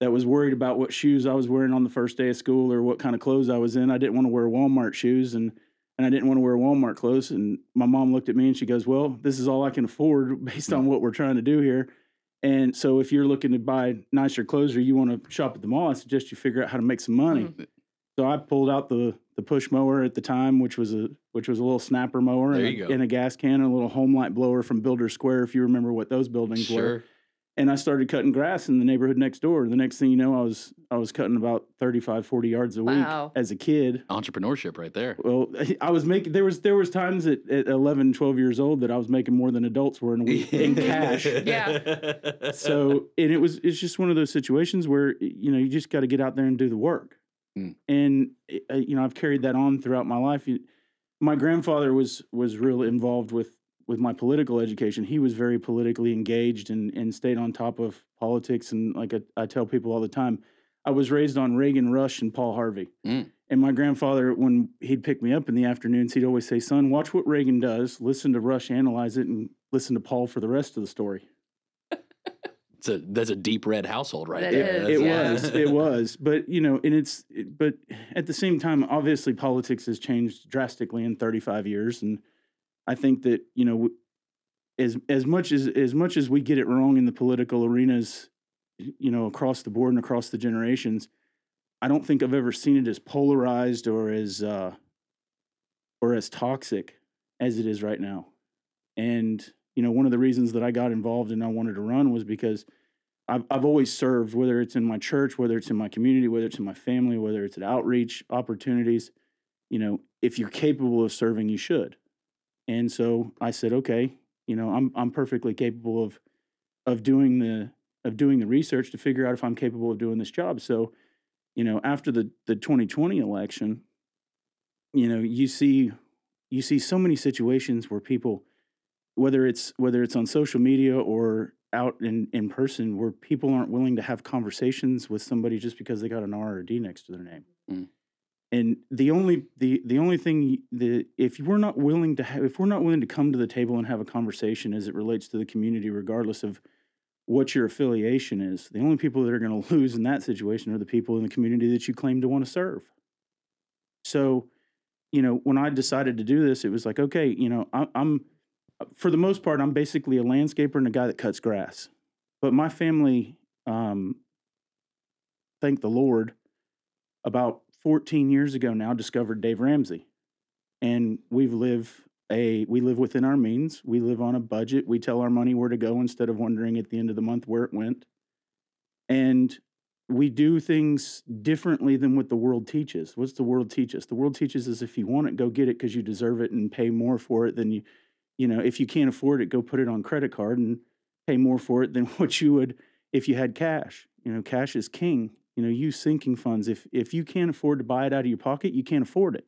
I: that was worried about what shoes I was wearing on the first day of school or what kind of clothes I was in. I didn't want to wear Walmart shoes and and I didn't want to wear Walmart clothes. And my mom looked at me and she goes, "Well, this is all I can afford based on what we're trying to do here." And so if you're looking to buy nicer clothes or you want to shop at the mall, I suggest you figure out how to make some money.
B: Mm.
I: So I pulled out the the push mower at the time, which was a which was a little snapper mower
B: There
I: and
B: you
I: a,
B: go.
I: and a gas can and a little home light blower from Builder Square, if you remember what those buildings were.
B: sure.
I: And I started cutting grass in the neighborhood next door. The next thing you know, I was I was cutting about 35, 40 yards a week
C: Wow.
I: as a kid.
B: Entrepreneurship right there.
I: Well, I was making there was there was times at, at 11, 12 years old that I was making more than adults were in a week in cash.
C: yeah.
I: So and it was it's just one of those situations where you know you just got to get out there and do the work.
B: Mm.
I: And uh, you know I've carried that on throughout my life. You- My grandfather was was real involved with with my political education. He was very politically engaged and and stayed on top of politics. And like I, I tell people all the time, I was raised on Reagan Rush and Paul Harvey.
B: Mm.
I: And my grandfather, when he'd pick me up in the afternoons, he'd always say, "Son, watch what Reagan does. Listen to Rush, analyze it, and listen to Paul for the rest of the story."
B: It's a that's a deep red household right
C: That
B: there.
C: is,
B: That's
I: it
B: a-
C: yeah.
I: was it was but you know and it's it- but at the same time obviously politics has changed drastically in 35 years and i think that you know w- as as much as as much as we get it wrong in the political arenas you know across the board and across the generations i don't think i've ever seen it as polarized or as uh or as toxic as it is right now and you know one of the reasons that i got involved and i wanted to run was because I've, I've always served, whether it's in my church, whether it's in my community, whether it's in my family, whether it's at outreach opportunities. You know, if you're capable of serving, you should. And so I said, okay, you know, I'm I'm perfectly capable of of doing the of doing the research to figure out if I'm capable of doing this job. So, you know, after the the 2020 election, you know, you see you see so many situations where people whether it's whether it's on social media or out in, in person where people aren't willing to have conversations with somebody just because they got an R or a D next to their name.
B: Mm.
I: And the only the the only thing the if we're not willing to have if we're not willing to come to the table and have a conversation as it relates to the community, regardless of what your affiliation is, the only people that are going to lose in that situation are the people in the community that you claim to want to serve. So, you know, when I decided to do this, it was like, okay, you know, I, I'm for the most part, I'm basically a landscaper and a guy that cuts grass. But my family, um, thank the Lord, about 14 years ago now discovered Dave Ramsey, and we've lived a we live within our means. We live on a budget. We tell our money where to go instead of wondering at the end of the month where it went, and we do things differently than what the world teaches. What's the world teach us? The world teaches us if you want it, go get it because you deserve it and pay more for it than you you know, if you can't afford it, go put it on credit card and pay more for it than what you would if you had cash. You know, cash is king. You know, use sinking funds. If if you can't afford to buy it out of your pocket, you can't afford it.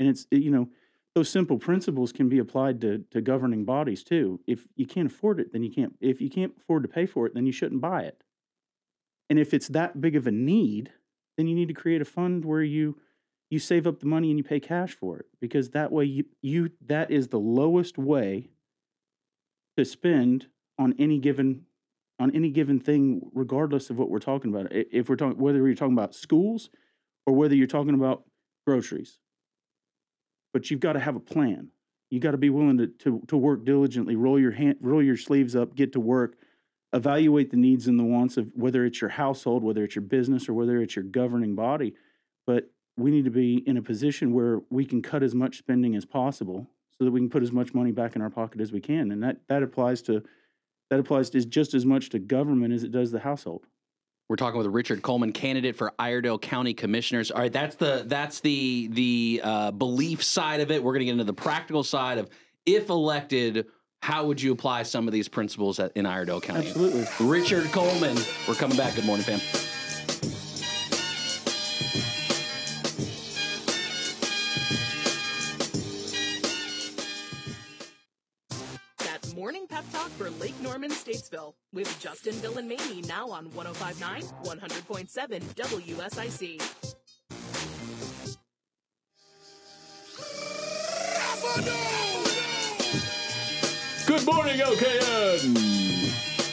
I: And it's you know, those simple principles can be applied to to governing bodies too. If you can't afford it, then you can't. If you can't afford to pay for it, then you shouldn't buy it. And if it's that big of a need, then you need to create a fund where you you save up the money and you pay cash for it because that way you, you that is the lowest way to spend on any given on any given thing regardless of what we're talking about I- if we're talking whether you're talking about schools or whether you're talking about groceries but you've got to have a plan you got to be willing to, to to work diligently roll your hand roll your sleeves up get to work evaluate the needs and the wants of whether it's your household whether it's your business or whether it's your governing body but we need to be in a position where we can cut as much spending as possible so that we can put as much money back in our pocket as we can and that that applies to that applies to just as much to government as it does the household
B: We're talking with Richard Coleman, candidate for Iredale County Commissioners. All right, that's the that's the the uh, belief side of it. We're going to get into the practical side of if elected, how would you apply some of these principles at, in Iredale County?
I: absolutely
B: Richard Coleman, we're coming back. Good morning, fam.
E: That morning pep talk for Lake Norman, Statesville, with Justin, Bill, and Mamie now on 1059, 100.7 WSIC.
B: Good morning, OKN.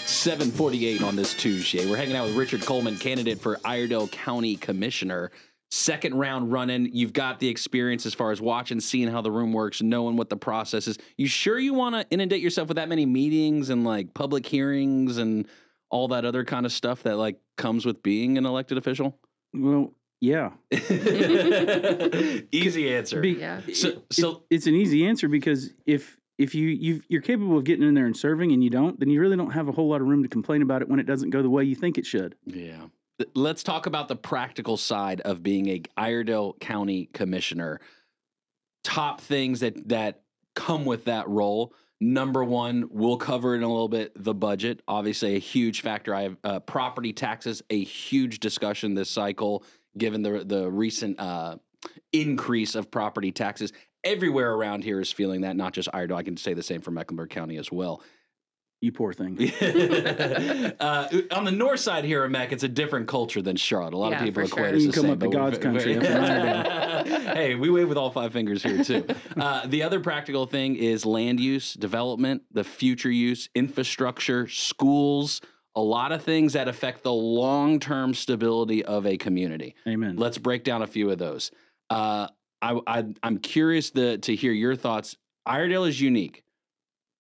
B: 748 on this Tuesday. We're hanging out with Richard Coleman, candidate for Iredell County Commissioner. Second round running. You've got the experience as far as watching, seeing how the room works, knowing what the process is. You sure you want to inundate yourself with that many meetings and like public hearings and all that other kind of stuff that like comes with being an elected official?
I: well yeah
B: Easy answer.
I: Be-
C: Yeah.
B: so,
I: it-
B: so
I: it's an easy answer because if if you you you're capable of getting in there and serving and you don't then you really don't have a whole lot of room to complain about it when it doesn't go the way you think it should
B: Yeah. Th- Let's talk about the practical side of being a Iredell County Commissioner. Top things that that come with that role. Number one, we'll cover in a little bit the budget. Obviously, a huge factor. I have uh, property taxes, a huge discussion this cycle, given the the recent uh, increase of property taxes. Everywhere around here is feeling that, not just Iredell. I can say the same for Mecklenburg County as well
I: You poor thing.
B: uh, on the north side here in Mac, it's a different culture than Charlotte. A lot
C: Yeah,
B: of people
C: for
B: equate
C: sure.
B: us
I: You can
B: the
I: come
B: same,
I: up to
B: but we're
I: God's
B: ve-
I: country,
B: very-
I: that's
B: hey, we wave with all five fingers here too. Uh, the other practical thing is land use, development, the future use, infrastructure, schools. A lot of things that affect the long term stability of a community.
I: Amen.
B: Let's break down a few of those. Uh, I, I, I'm curious the, to hear your thoughts. Iredale is unique.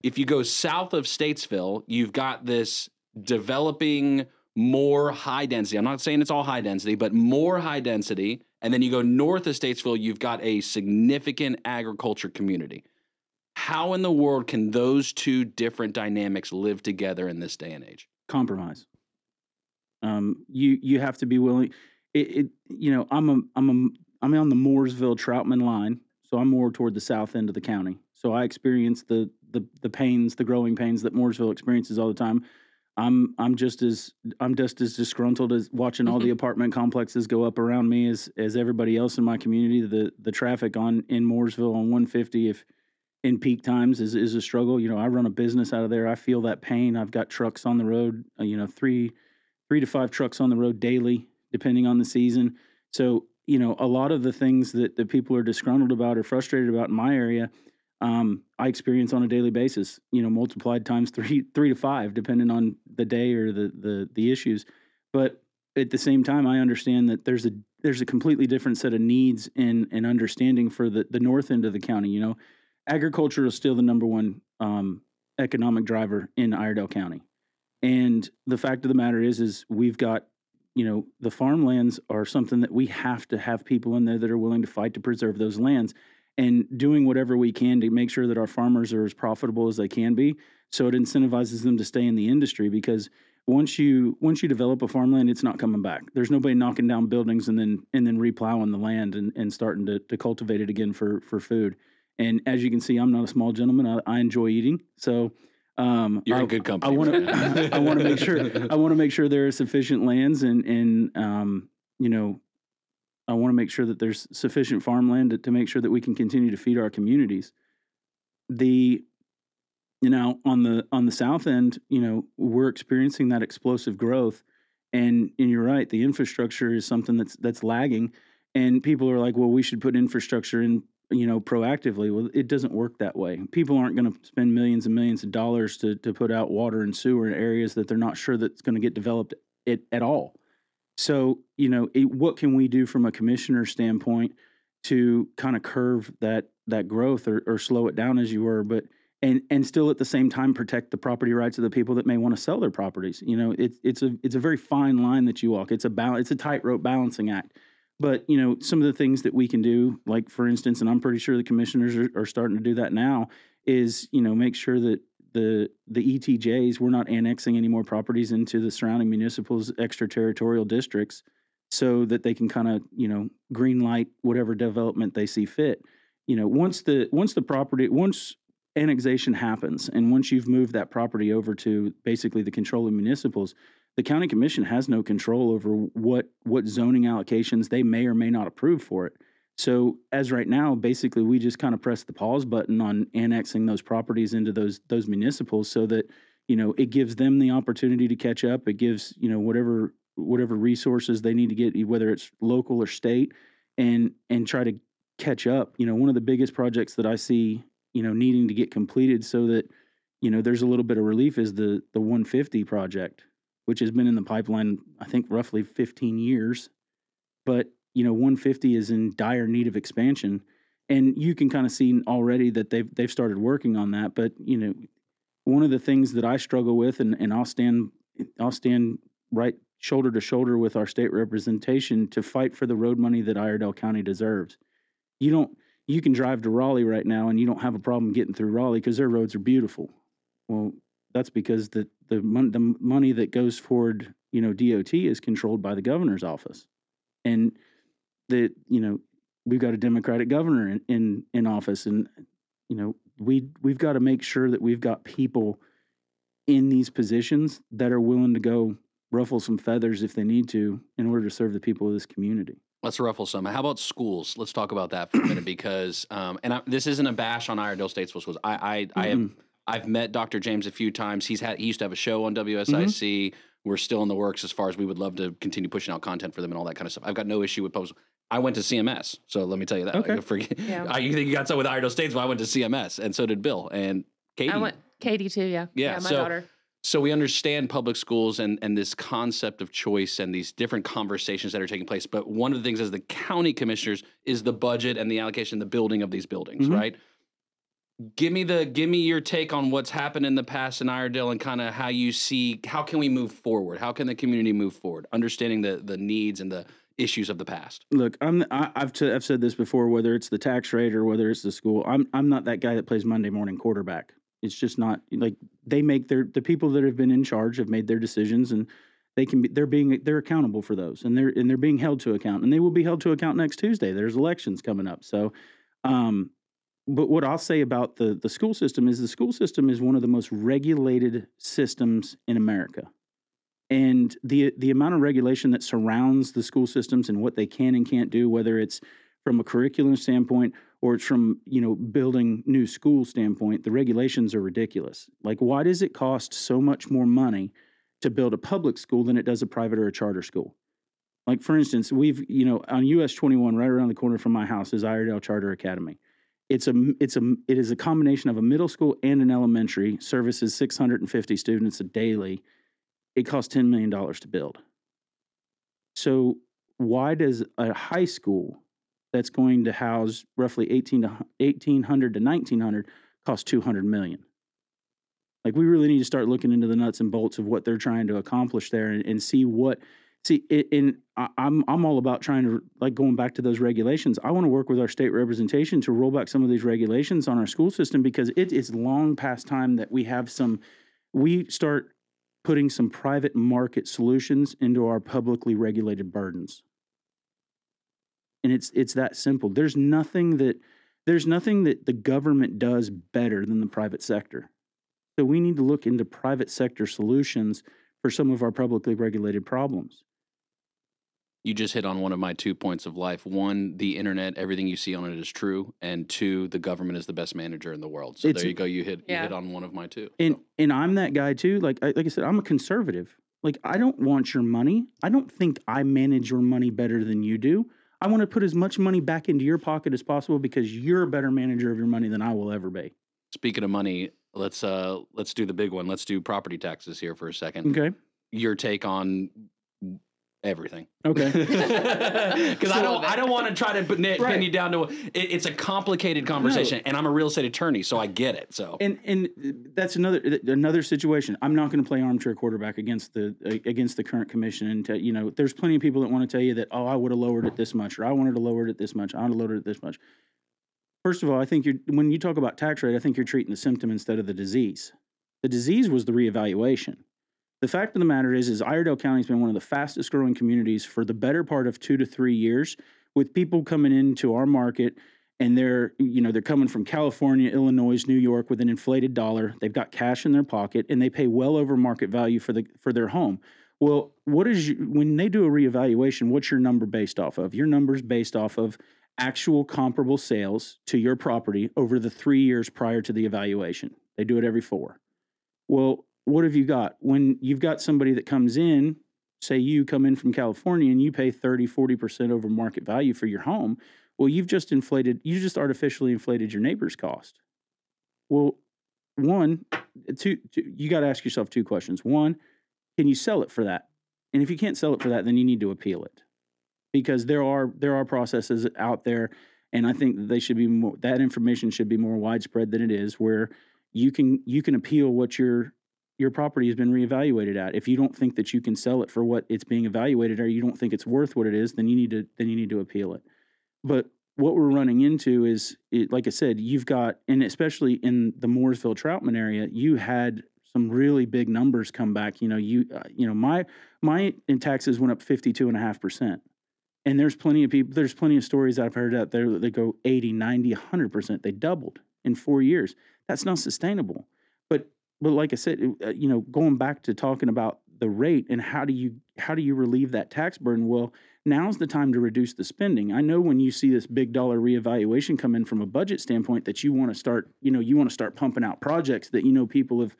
B: If you go south of Statesville, you've got this developing more high density. I'm not saying it's all high density, but more high density. And then you go north of Statesville, you've got a significant agriculture community. How in the world can those two different dynamics live together in this day and age?
I: compromise. Um, you you have to be willing. It, it you know I'm a I'm a I'm on the Mooresville Troutman line, so I'm more toward the south end of the county. So I experience the the the pains, the growing pains that Mooresville experiences all the time. I'm I'm just as I'm just as disgruntled as watching all the apartment complexes go up around me as as everybody else in my community. The the traffic on in Mooresville on 150 if in peak times is is a struggle. You know, I run a business out of there. I feel that pain. I've got trucks on the road. uh, You know, three three to five trucks on the road daily, depending on the season. So you know, a lot of the things that that people are disgruntled about or frustrated about in my area, um, I experience on a daily basis. You know, multiplied times three three to five, depending on the day or the the the issues. But at the same time, I understand that there's a there's a completely different set of needs and and understanding for the the north end of the county. You know, agriculture is still the number one um, economic driver in Iredell County. And the fact of the matter is, is we've got, you know, the farmlands are something that we have to have people in there that are willing to fight to preserve those lands and doing whatever we can to make sure that our farmers are as profitable as they can be. So it incentivizes them to stay in the industry because once you once you develop a farmland, it's not coming back. There's nobody knocking down buildings and then and then replowing the land and, and starting to, to cultivate it again for for food. And as you can see, I'm not a small gentleman. I, I enjoy eating. So um,
B: You're
I: I,
B: in good
I: I
B: company.
I: want
B: man.
I: to. I want to make sure. I want to make sure there are sufficient lands, and and um, you know, I want to make sure that there's sufficient farmland to, to make sure that we can continue to feed our communities. The, you know, on the on the south end, you know, we're experiencing that explosive growth, and and you're right. The infrastructure is something that's that's lagging, and people are like, well, we should put infrastructure in you know, proactively. Well, it doesn't work that way. People aren't going to spend millions and millions of dollars to to put out water and sewer in areas that they're not sure that's going to get developed it, at all. So, you know, it, what can we do from a commissioner standpoint to kind of curve that that growth or, or slow it down as you were, but and and still at the same time protect the property rights of the people that may want to sell their properties. You know, it's it's a it's a very fine line that you walk. It's a balance. It's a tightrope balancing act but you know some of the things that we can do like for instance and i'm pretty sure the commissioners are, are starting to do that now is you know make sure that the the etjs we're not annexing any more properties into the surrounding municipals extraterritorial districts so that they can kind of you know green light whatever development they see fit you know once the once the property once annexation happens and once you've moved that property over to basically the control of municipals the county commission has no control over what what zoning allocations they may or may not approve for it. So as right now, basically we just kind of press the pause button on annexing those properties into those those municipals so that you know it gives them the opportunity to catch up. It gives you know whatever whatever resources they need to get, whether it's local or state, and and try to catch up. You know, one of the biggest projects that I see you know needing to get completed so that you know there's a little bit of relief is the the 150 project which has been in the pipeline, I think, roughly 15 years. But, you know, 150 is in dire need of expansion. And you can kind of see already that they've, they've started working on that. But, you know, one of the things that I struggle with, and, and I'll stand, I'll stand right shoulder to shoulder with our state representation to fight for the road money that Iredell County deserves. You don't, you can drive to Raleigh right now and you don't have a problem getting through Raleigh because their roads are beautiful. Well, that's because the the, mon- the money that goes toward you know DOT is controlled by the governor's office, and the you know we've got a Democratic governor in in, in office, and you know we we've got to make sure that we've got people in these positions that are willing to go ruffle some feathers if they need to in order to serve the people of this community.
B: Let's ruffle some. How about schools? Let's talk about that for a minute because, um, and I, this isn't a bash on Iredale State Schools. I, I, I have
I: Mm-mm.
B: I've met Dr. James a few times. He's had he used to have a show on
I: Mm-hmm.
B: WSIC. We're still in the works as far as we would love to continue pushing out content for them and all that kind of stuff. I've got no issue with post. I went to CMS, so let me tell you that. Like,
I: Okay.
B: I forget-
C: Yeah.
B: I- you think you got some with Idaho States? Well, I went to CMS, and so did Bill and Katie.
C: I went Katie too. Yeah.
B: Yeah,
C: my
B: so-
C: daughter.
B: so we understand public schools and and this concept of choice and these different conversations that are taking place but one of the things as the county commissioners is the budget and the allocation the building of these buildings
I: Mhm.
B: right give me the give me your take on what's happened in the past in iredale and kind of how you see how can we move forward how can the community move forward understanding the the needs and the issues of the past
I: Look, I'm I, I've t- I've said this before. Whether it's the tax rate or whether it's the school, I'm I'm not that guy that plays Monday morning quarterback. It's just not like they make their the people that have been in charge have made their decisions and they can be they're being they're accountable for those and they're and they're being held to account and they will be held to account next Tuesday. There's elections coming up, so um, but what I'll say about the the school system is the school system is one of the most regulated systems in America and the the amount of regulation that surrounds the school systems and what they can and can't do, whether it's from a curriculum standpoint or it's from you know building new school standpoint, the regulations are ridiculous. Like, why does it cost so much more money to build a public school than it does a private or a charter school? Like, for instance, we've you know on US twenty one, right around the corner from my house, is Iredale Charter Academy. It's a m- it's a m- it is a combination of a middle school and an elementary services six hundred and fifty students daily it costs $10 million to build. So, why does a high school that's going to house roughly 18 to, 1800 to 1900 cost 200 million? Like, we really need to start looking into the nuts and bolts of what they're trying to accomplish there and, and see what. See, i- and I- I'm I'm all about trying to like going back to those regulations. I want to work with our state representation to roll back some of these regulations on our school system because it is long past time that we have some. We start putting some private market solutions into our publicly regulated burdens. And it's it's that simple. There's nothing that there's nothing that the government does better than the private sector. So we need to look into private sector solutions for some of our publicly regulated problems.
B: you just hit on one of my two points of life one the internet everything you see on it is true and two the government is the best manager in the world so
I: It's-
B: there you go you hit you
C: Yeah.
B: hit on one of my two
I: And and I'm that guy too. Like I, like I said, I'm a conservative. Like I don't want your money. I don't think I manage your money better than you do. I want to put as much money back into your pocket as possible because you're a better manager of your money than I will ever be.
B: Speaking of money, let's uh let's do the big one. Let's do property taxes here for a second.
I: Okay.
B: Your take on everything,
I: Okay.
B: because I
C: All of
B: don't
C: it.
B: I don't want to try to pin, pin
I: Right.
B: you down to. It, it's a complicated conversation, and I'm a real estate attorney, so I get it. So
I: and and that's another another situation. I'm not going to play armchair quarterback against the against the current commission. And tell you know, there's plenty of people that want to tell you that oh, I would have lowered it this much, or I wanted to lower it this much, I would have lowered it this much. First of all, I think you're when you talk about tax rate, I think you're treating the symptom instead of the disease. The disease was the reevaluation. The fact of the matter is, is Iredell County's been one of the fastest growing communities for the better part of two to three years, with people coming into our market and they're you know they're coming from California, Illinois, New York with an inflated dollar. They've got cash in their pocket and they pay well over market value for the for their home. Well, what is you, when they do a reevaluation? What's your number based off of? Your number's based off of actual comparable sales to your property over the three years prior to the evaluation. They do it every four. Well, what have you got when you've got somebody that comes in? Say you come in from California and you pay 30, 40% over market value for your home well you've just inflated you just artificially inflated your neighbor's cost well one two, two you got to ask yourself two questions one can you sell it for that and if you can't sell it for that then you need to appeal it because there are there are processes out there and i think that they should be more that information should be more widespread than it is where you can you can appeal what your your property has been reevaluated at if you don't think that you can sell it for what it's being evaluated or you don't think it's worth what it is then you need to then you need to appeal it but what we're running into is, it, like I said, you've got, and especially in the Mooresville Troutman area, you had some really big numbers come back. You know, you, uh, you know, my my in taxes went up fifty two and a half percent, and there's plenty of people, there's plenty of stories I've heard out there that they go 80, 90, 100 percent. They doubled in four years. That's not sustainable. But but like I said, it- uh, you know, going back to talking about the rate and how do you how do you relieve that tax burden? Well, now's the time to reduce the spending. I know when you see this big dollar reevaluation come in from a budget standpoint that you want to start, you know, you want to start pumping out projects that you know people have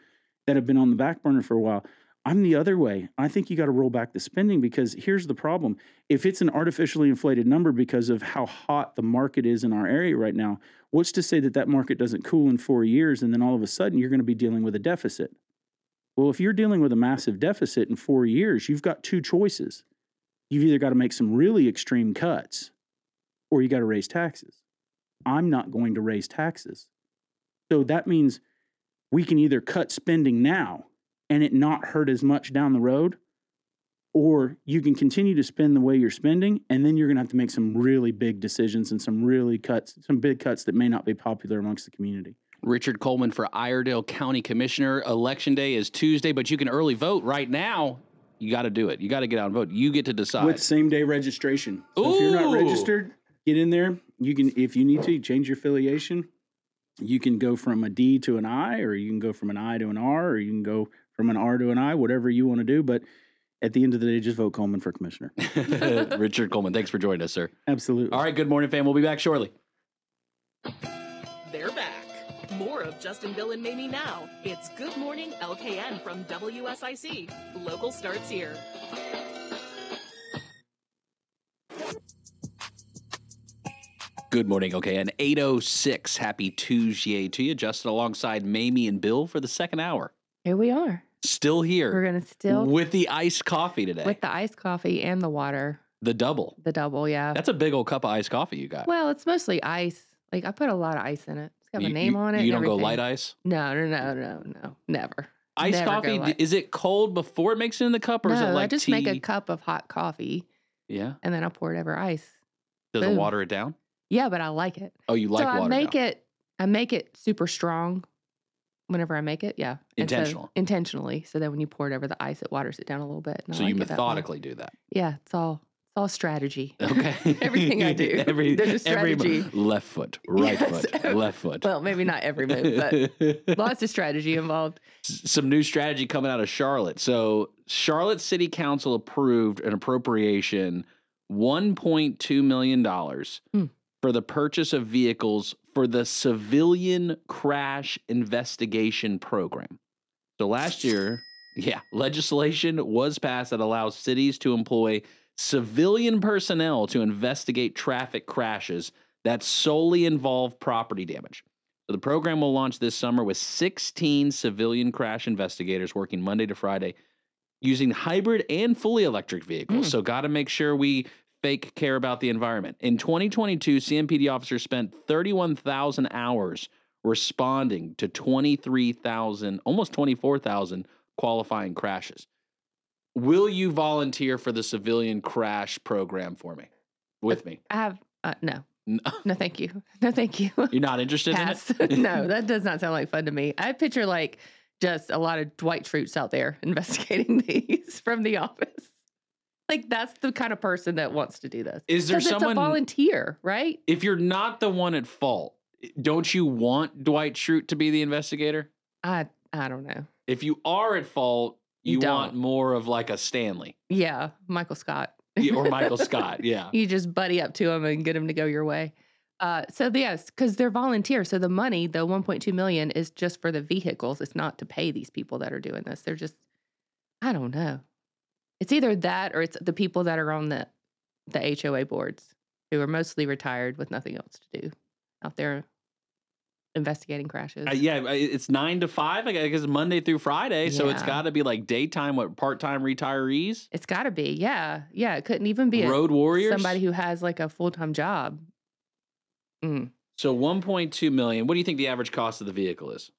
I: that have been on the back burner for a while. I'm the other way. I think you got to roll back the spending because here's the problem. If it's an artificially inflated number because of how hot the market is in our area right now, what's to say that that market doesn't cool in 4 years and then all of a sudden you're going to be dealing with a deficit? Well, if you're dealing with a massive deficit in 4 years, you've got two choices you've either got to make some really extreme cuts or you got to raise taxes. I'm not going to raise taxes. So that means we can either cut spending now and it not hurt as much down the road, or you can continue to spend the way you're spending, and then you're going to have to make some really big decisions and some really cuts, some big cuts that may not be popular amongst the community.
B: Richard Coleman for Iredale County Commissioner. Election day is Tuesday, but you can early vote right now. You got to do it. You got to get out and vote. You get to decide.
I: With same day registration. So if you're not
B: Ooh.
I: registered, get in there. You can, if you need to, change your affiliation. You can go from a D to an I, or you can go from an I to an R, or you can go from an R to an I, whatever you want to do. But at the end of the day, just vote Coleman for commissioner.
B: Richard Coleman, thanks for joining us, sir.
I: Absolutely.
B: All right, good morning, fam. We'll be back shortly.
E: They're back. More of Justin, Bill, and Mamie now. It's Good Morning LKN from WSIC. Local starts here.
B: Good morning. Okay, an 806. Happy Tuesday to you. Justin alongside Mamie and Bill for the second hour.
C: Here we are.
B: Still here.
C: We're gonna still
B: with the iced coffee today.
C: with the iced coffee and the water,
B: the double.
C: the double. Yeah.
B: That's a big old cup of iced coffee you got.
C: well, it's mostly ice. Like I put a lot of ice in it. It's got my
B: You-
C: name
B: you-
C: on it.
B: You
C: and
B: don't go
C: everything.
B: light ice?
C: No, no, no, no, no, never.
B: Iced
C: Never go
B: coffee, d-
C: light.
B: is it cold before it makes it in the cup or is it
C: No,
B: like
C: I just
B: tea?
C: make a cup of hot coffee
B: Yeah.
C: and then I pour it over ice.
B: Does it
C: Boom.
B: water it down?
C: Yeah, but I like it.
B: Oh, you like
C: so
B: water.
C: I make
B: now.
C: it. I make it super strong. Whenever I make it, yeah, And so-
B: Intentional.
C: intentionally. So that when you pour it over the ice, it waters it down a little bit. and I
B: So you
C: like it that way.
B: methodically do that.
C: Yeah, it's all it's all strategy.
B: Okay.
C: Everything I do,
B: every
C: there's a
B: every mo-
C: strategy.
B: left foot, right
C: Yes.
B: foot, left foot.
C: well, maybe not every move, but lots of strategy involved.
B: S- some new strategy coming out of Charlotte. So, Charlotte City Council approved an appropriation $1.2 million
C: Hmm.
B: for the purchase of vehicles for the Civilian Crash Investigation Program. So, last year, yeah, legislation was passed that allows cities to employ civilian personnel to investigate traffic crashes that solely involve property damage. So the program will launch this summer with 16 civilian crash investigators working Monday to Friday using hybrid and fully electric vehicles.
C: Mm.
B: So, got to make sure we fake care about the environment. In 2022, CMPD officers spent 31,000 hours responding to 23,000, almost 24,000 qualifying crashes. Will you volunteer for the civilian crash program for me? With me?
C: I have uh, no,
B: N-
C: no, thank you, no, thank you.
B: You're not interested
C: Pass.
B: in it?
C: no, that does not sound like fun to me. I picture like just a lot of Dwight Schrutes out there investigating these from the office. Like that's the kind of person that wants to do this.
B: Is there
C: 'Cause it's a
B: someone
C: volunteer, right?
B: if you're not the one at fault, don't you want Dwight Schrute to be the investigator?
C: I I don't know.
B: If you are at fault,
C: You
B: you,
C: don't.
B: want more of like a Stanley
C: Yeah, Michael Scott
B: Yeah, or Michael Scott. Yeah.
C: you just buddy up to them and get them to go your way. Uh, so yes, because they're volunteers. So the money, the 1.2 million, is just for the vehicles. It's not to pay these people that are doing this. They're just, I don't know. It's either that or it's the people that are on the the HOA boards who are mostly retired with nothing else to do out there investigating crashes.
B: Uh, yeah, I- it's nine to five. I guess it's Monday through Friday, so it's
C: Yeah.
B: got to be like daytime. What part time retirees,
C: It's got to be, yeah, yeah. It couldn't even be a,
B: road warriors,
C: somebody who has like a full time job. Mm,
B: So one point two million. What do you think the average cost of the vehicle is?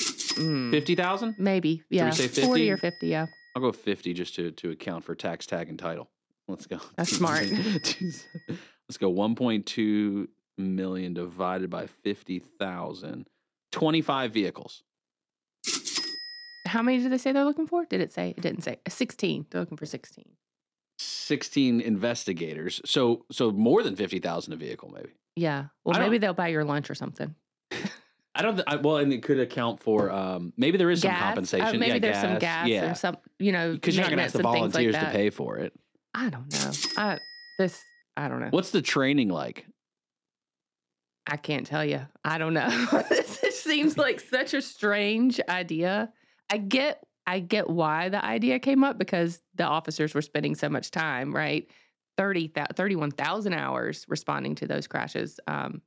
C: mm.
B: Fifty thousand?
C: Maybe. Yeah.
B: say 50?
C: 40 or 50. Yeah.
B: I'll go fifty just to to account for tax, tag, and title. Let's go.
C: That's smart.
B: Let's go. One point two million divided by fifty thousand. Twenty-five vehicles.
C: How many did they say they're looking for? Did it say? It didn't say. 16. They're looking for 16.
B: 16 investigators. So so more than 50,000 a vehicle maybe.
C: Yeah. Well,
B: I don't-
C: maybe they'll buy your lunch or something.
B: I don't th- I, well and it could account for um maybe there is some
C: Gas? Oh,
B: compensation.
C: maybe
B: yeah,
C: there's some gas
B: yeah.
C: or some, you know,
B: Because you're not going to ask
C: maintenance
B: the
C: and things like
B: volunteers to
C: that. Oh,
B: pay for it.
C: I don't know. I this I don't know.
B: What's the training like?
C: I can't tell you. I don't know. this just seems like such a strange idea. I get I get why the idea came up because the officers were spending so much time, right? 30, 31,000 hours responding to those crashes um,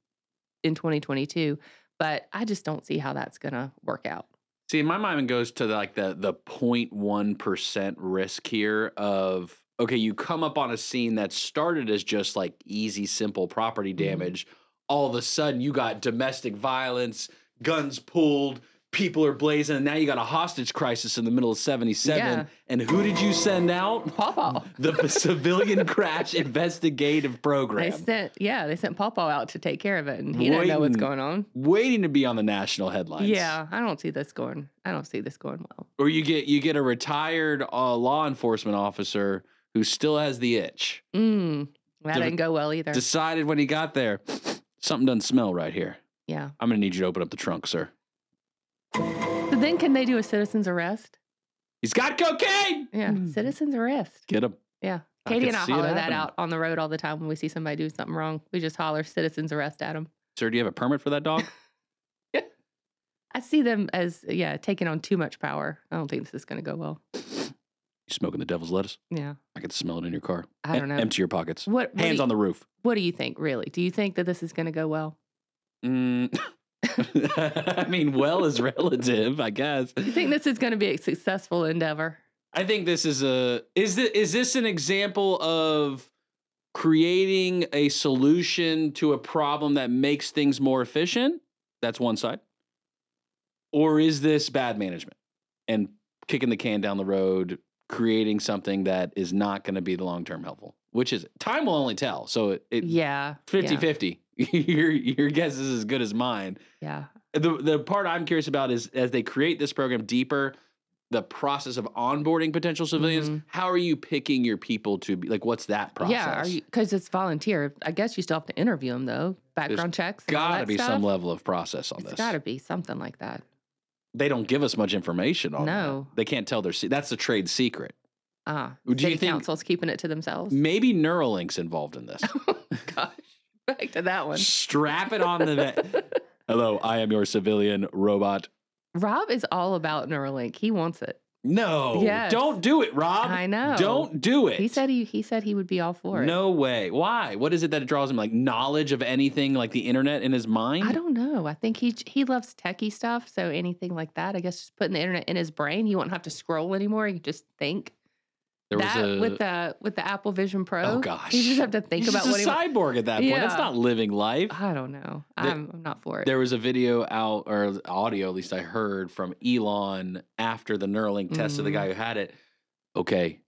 C: in 2022. But I just don't see how that's going to work out.
B: See, in my mind, it goes to like the the 0.1 percent risk here of okay, you come up on a scene that started as just like easy, simple property
C: Mm-hmm.
B: damage. All of a sudden, you got domestic violence, guns pulled, people are blazing, and now you got a hostage crisis in the middle of '77.
C: Yeah.
B: And who did you send out?
C: Pawpaw.
B: The civilian crash investigative
C: They
B: program.
C: sent, yeah, they sent Pawpaw out to take care of it, and he didn't know what's
B: Waiting.
C: going on.
B: waiting to be on the national headlines.
C: Yeah, I don't see this going. I don't see this going well.
B: or you get you get a retired uh, law enforcement officer who still has the itch.
C: Mm, that
B: Did it-
C: didn't go well either.
B: Decided when he got there, something doesn't smell right here.
C: yeah.
B: I'm gonna need you to open up the trunk, sir.
C: So then, can they do a citizen's arrest?
B: He's got cocaine.
C: Yeah, citizen's arrest.
B: Get him.
C: Mm-hmm. Yeah.
B: I
C: Katie
B: could
C: and I
B: see it
C: holler that
B: happening.
C: out on the road all the time when we see somebody do something wrong. We just holler citizen's arrest at them.
B: Sir, do you have a permit for that dog?
C: I see them as yeah taking on too much power. I don't think this is going to go well.
B: you smoking the devil's lettuce?
C: Yeah.
B: I can smell it in your car.
C: I don't know.
B: Empty your pockets.
C: What, what
B: Hands
C: do you,
B: on the roof.
C: What do you think, really? Do you think that this is going to go well?
B: Mm. I mean, well is relative, I guess.
C: Do you think this is going to be a successful endeavor?
B: I think this is a is this is this an example of creating a solution to a problem that makes things more efficient? That's one side. Or is this bad management and kicking the can down the road, creating something that is not going to be the long term helpful? Which is it? Time will only tell. So it, it
C: yeah.
B: 50
C: yeah,
B: 50. your, your guess is as good as mine
C: Yeah.
B: the the part I'm curious about is as they create this program deeper, the process of onboarding potential civilians.
C: Mhm.
B: How are you picking your people to be like? What's that process?
C: Yeah. Are you, because it's volunteer. I guess you still have to interview them though. Background checks. and all
B: Got to
C: that
B: be
C: stuff.
B: some level of process on
C: It's
B: this.
C: got to be something like that.
B: They don't give us much information on. that.
C: No.
B: they can't tell their. Se- that's the trade secret.
C: Ah,
B: Do you
C: city
B: think-
C: council's keeping it to themselves? Oh,
B: Maybe Neuralink's involved in this.
C: Gosh, back to that one.
B: Strap it on the. Ve- Hello, I am your civilian robot.
C: Rob is all about Neuralink. He wants it.
B: No,
C: Yes.
B: don't do it, Rob.
C: I know.
B: Don't do it.
C: He said he he said he would be all for it.
B: No way. Why? What is it that draws him? Like knowledge of anything, like the internet in his mind?
C: I don't know. I think he he loves techie stuff. So anything like that, I guess just putting the internet in his brain, he won't have to scroll anymore. He can just think.
B: There
C: that
B: was a. Oh,
C: with the with the Apple Vision Pro.
B: gosh.
C: he just have to think
B: he's
C: about
B: just
C: what he.
B: a
C: wants.
B: cyborg at that point. That's
C: Yeah.
B: not living life.
C: I don't know. I'm, I'm not for it.
B: There was a video out, or audio at least I heard from Elon after the Neuralink test of the
C: Mhm.
B: guy who had it. Okay,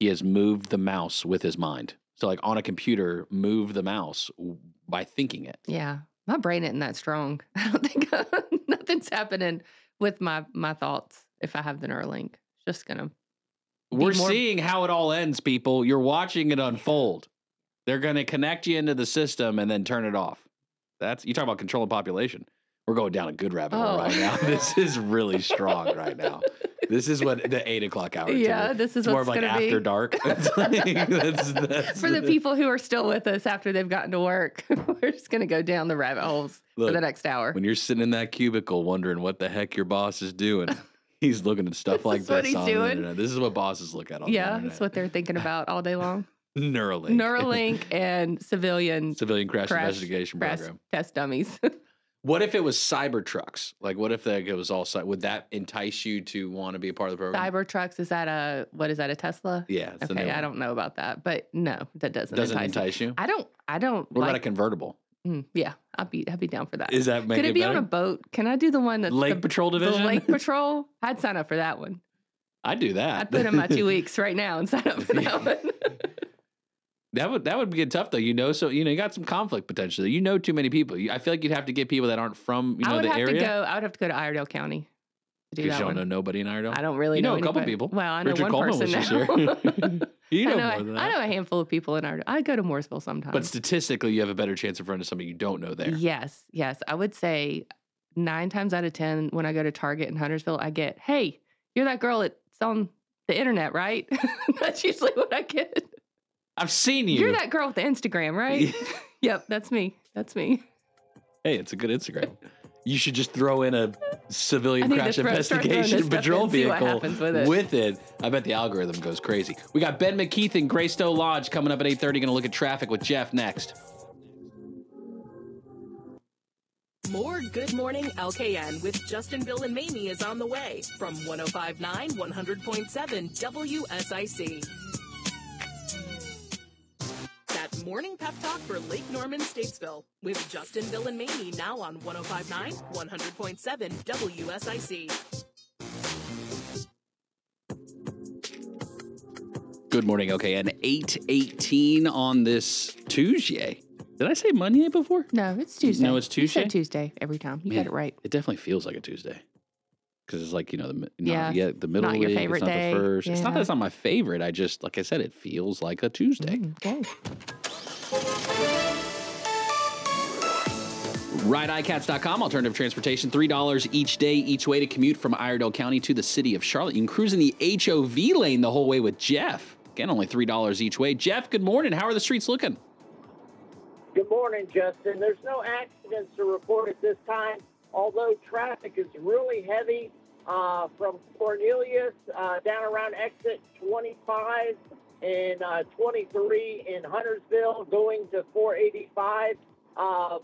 B: he has moved the mouse with his mind. So, like on a computer, move the mouse w- by thinking it.
C: Yeah, my brain isn't that strong. I don't think nothing's happening with my my thoughts if I have the Neuralink. It's Just gonna Be
B: We're
C: more-
B: seeing how it all ends, people. You're watching it unfold. They're going to connect you into the system and then turn it off. That's you talk about controlling population. We're going down a good rabbit hole
C: Oh.
B: right now. This is really strong right now. This is what the eight o'clock hour. to me.
C: yeah, this
B: it's
C: is
B: more
C: what's
B: of like
C: gonna
B: after
C: be
B: dark. It's like- that's- that's-
C: for the people who are still with us after they've gotten to work. We're just gonna go down the rabbit holes for the
B: Look,
C: next hour.
B: When you're sitting in that cubicle wondering what the heck your boss is doing, he's looking at stuff
C: This
B: like
C: is
B: this
C: what he's
B: on the
C: doing.
B: internet. This is what bosses look at on the
C: Yeah,
B: internet.
C: that's what they're thinking about all day long.
B: Neuralink.
C: Neuralink and civilian
B: Civilian crash,
C: crash-
B: investigation
C: crash
B: program.
C: test dummies.
B: What if it was cyber trucks? Like, what if like, it was all cy- Would that entice you to want to be a part of the program?
C: Cyber trucks is that a what is that a Tesla?
B: Yeah. it's the new
C: okay, I
B: one.
C: don't know about that, but no, that doesn't,
B: Doesn't
C: entice me.
B: entice you?
C: I don't. I don't.
B: What
C: like,
B: about a convertible?
C: Mm, yeah, I'd be I'd be down for that.
B: Is that make
C: Could it, be on a
B: better?
C: boat? Can I do the one that's
B: Lake
C: the,
B: Patrol
C: the
B: Division?
C: Lake Patrol? I'd sign up for that one.
B: I'd do that.
C: I'd put in my two weeks right now and sign up for that one.
B: That would that would be tough though. You know, so you know, you got some conflict potentially. You know, too many people. You- I feel like you'd have to get people that aren't from you
C: I
B: know
C: would
B: the
C: have to
B: area
C: go. I would have to go to Iredale County to do
B: because you
C: that
B: don't know
C: one.
B: nobody in Iredale.
C: I don't really
B: You know a
C: anybody.
B: couple people.
C: Well, I know
B: Richard
C: one
B: Coleman was
C: person
B: just
C: now.
B: here. you know,
C: I know.
B: more than
C: I,
B: that.
C: know a handful of people in Iredale. I go to Mooresville sometimes.
B: But statistically, you have a better chance of running into somebody you don't know there.
C: Yes, yes. I would say nine times out of 10, when I go to Target in Huntersville, I get, hey, you're that girl that's on the internet, right? that's usually what I get.
B: I've seen you.
C: You're that girl with the Instagram, right? yep, that's me. That's me.
B: hey, it's a good Instagram. You should just throw in a civilian
C: I need to
B: crash
C: throw- start throwing this
B: investigation
C: stuff
B: patrol
C: in, see what
B: vehicle
C: happens with it.
B: I bet the algorithm goes crazy. We got Ben McKeith and Greystow Lodge coming up at 8:30. Going to look at traffic with Jeff next.
E: More Good Morning LKN with Justin, Bill, and Mamie is on the way from 1059 100.7 WSIC. That morning pep talk for Lake Norman Statesville with Justin, Bill, and Mamie now on 1059 100.7 WSIC.
B: Good morning. Okay, and 8:18 on this Tuesday. Did I say Monday before?
C: No, it's Tuesday.
B: No, it's
C: You said
B: Tuesday?
C: Tuesday every time. You
B: Man,
C: got it right.
B: It definitely feels like a Tuesday because it's like you know the mi-
C: Yeah,
B: not yet the middle
C: not
B: of
C: your
B: the week,
C: favorite
B: it's not
C: day.
B: the first. It's not that
C: Yeah.
B: it's not my favorite. I just like I said, it feels like a Tuesday.
C: Mm, Okay.
B: RideEyeCats.com, alternative transportation, $3 each day, each way to commute from Iredell County to the city of Charlotte. You can cruise in the HOV lane the whole way with Jeff. Again, only $3 each way. Jeff, good morning. How are the streets looking?
D: Good morning, Justin. There's no accidents to report at this time, although traffic is really heavy uh, from Cornelius uh, down around exit 25 and uh, 23 in Huntersville, going to 485 uh, uh,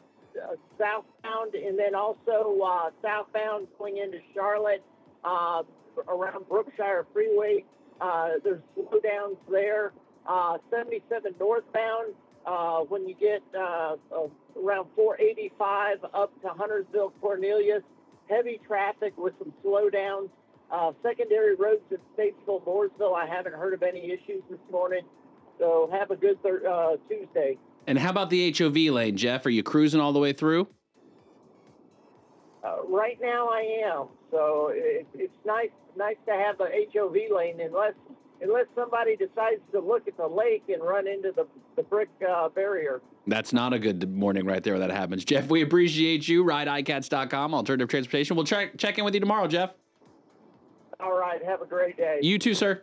D: southbound, and then also uh, southbound going into Charlotte uh, around Brookshire Freeway. Uh, there's slowdowns there. Uh, 77 northbound uh, when you get uh, uh, around 485 up to Huntersville Cornelius. Heavy traffic with some slowdowns. Uh, secondary roads in Statesville, Mooresville, I haven't heard of any issues this morning. So have a good thir- uh, Tuesday.
B: And how about the HOV lane, Jeff? Are you cruising all the way through?
D: Uh, right now I am. So it, it's nice nice to have a HOV lane unless unless somebody decides to look at the lake and run into the, the brick uh, barrier.
B: That's not a good morning right there when that happens. Jeff, we appreciate you. RideEyeCats.com, alternative transportation. We'll check check in with you tomorrow, Jeff.
D: All right, have a great day.
B: You too, sir.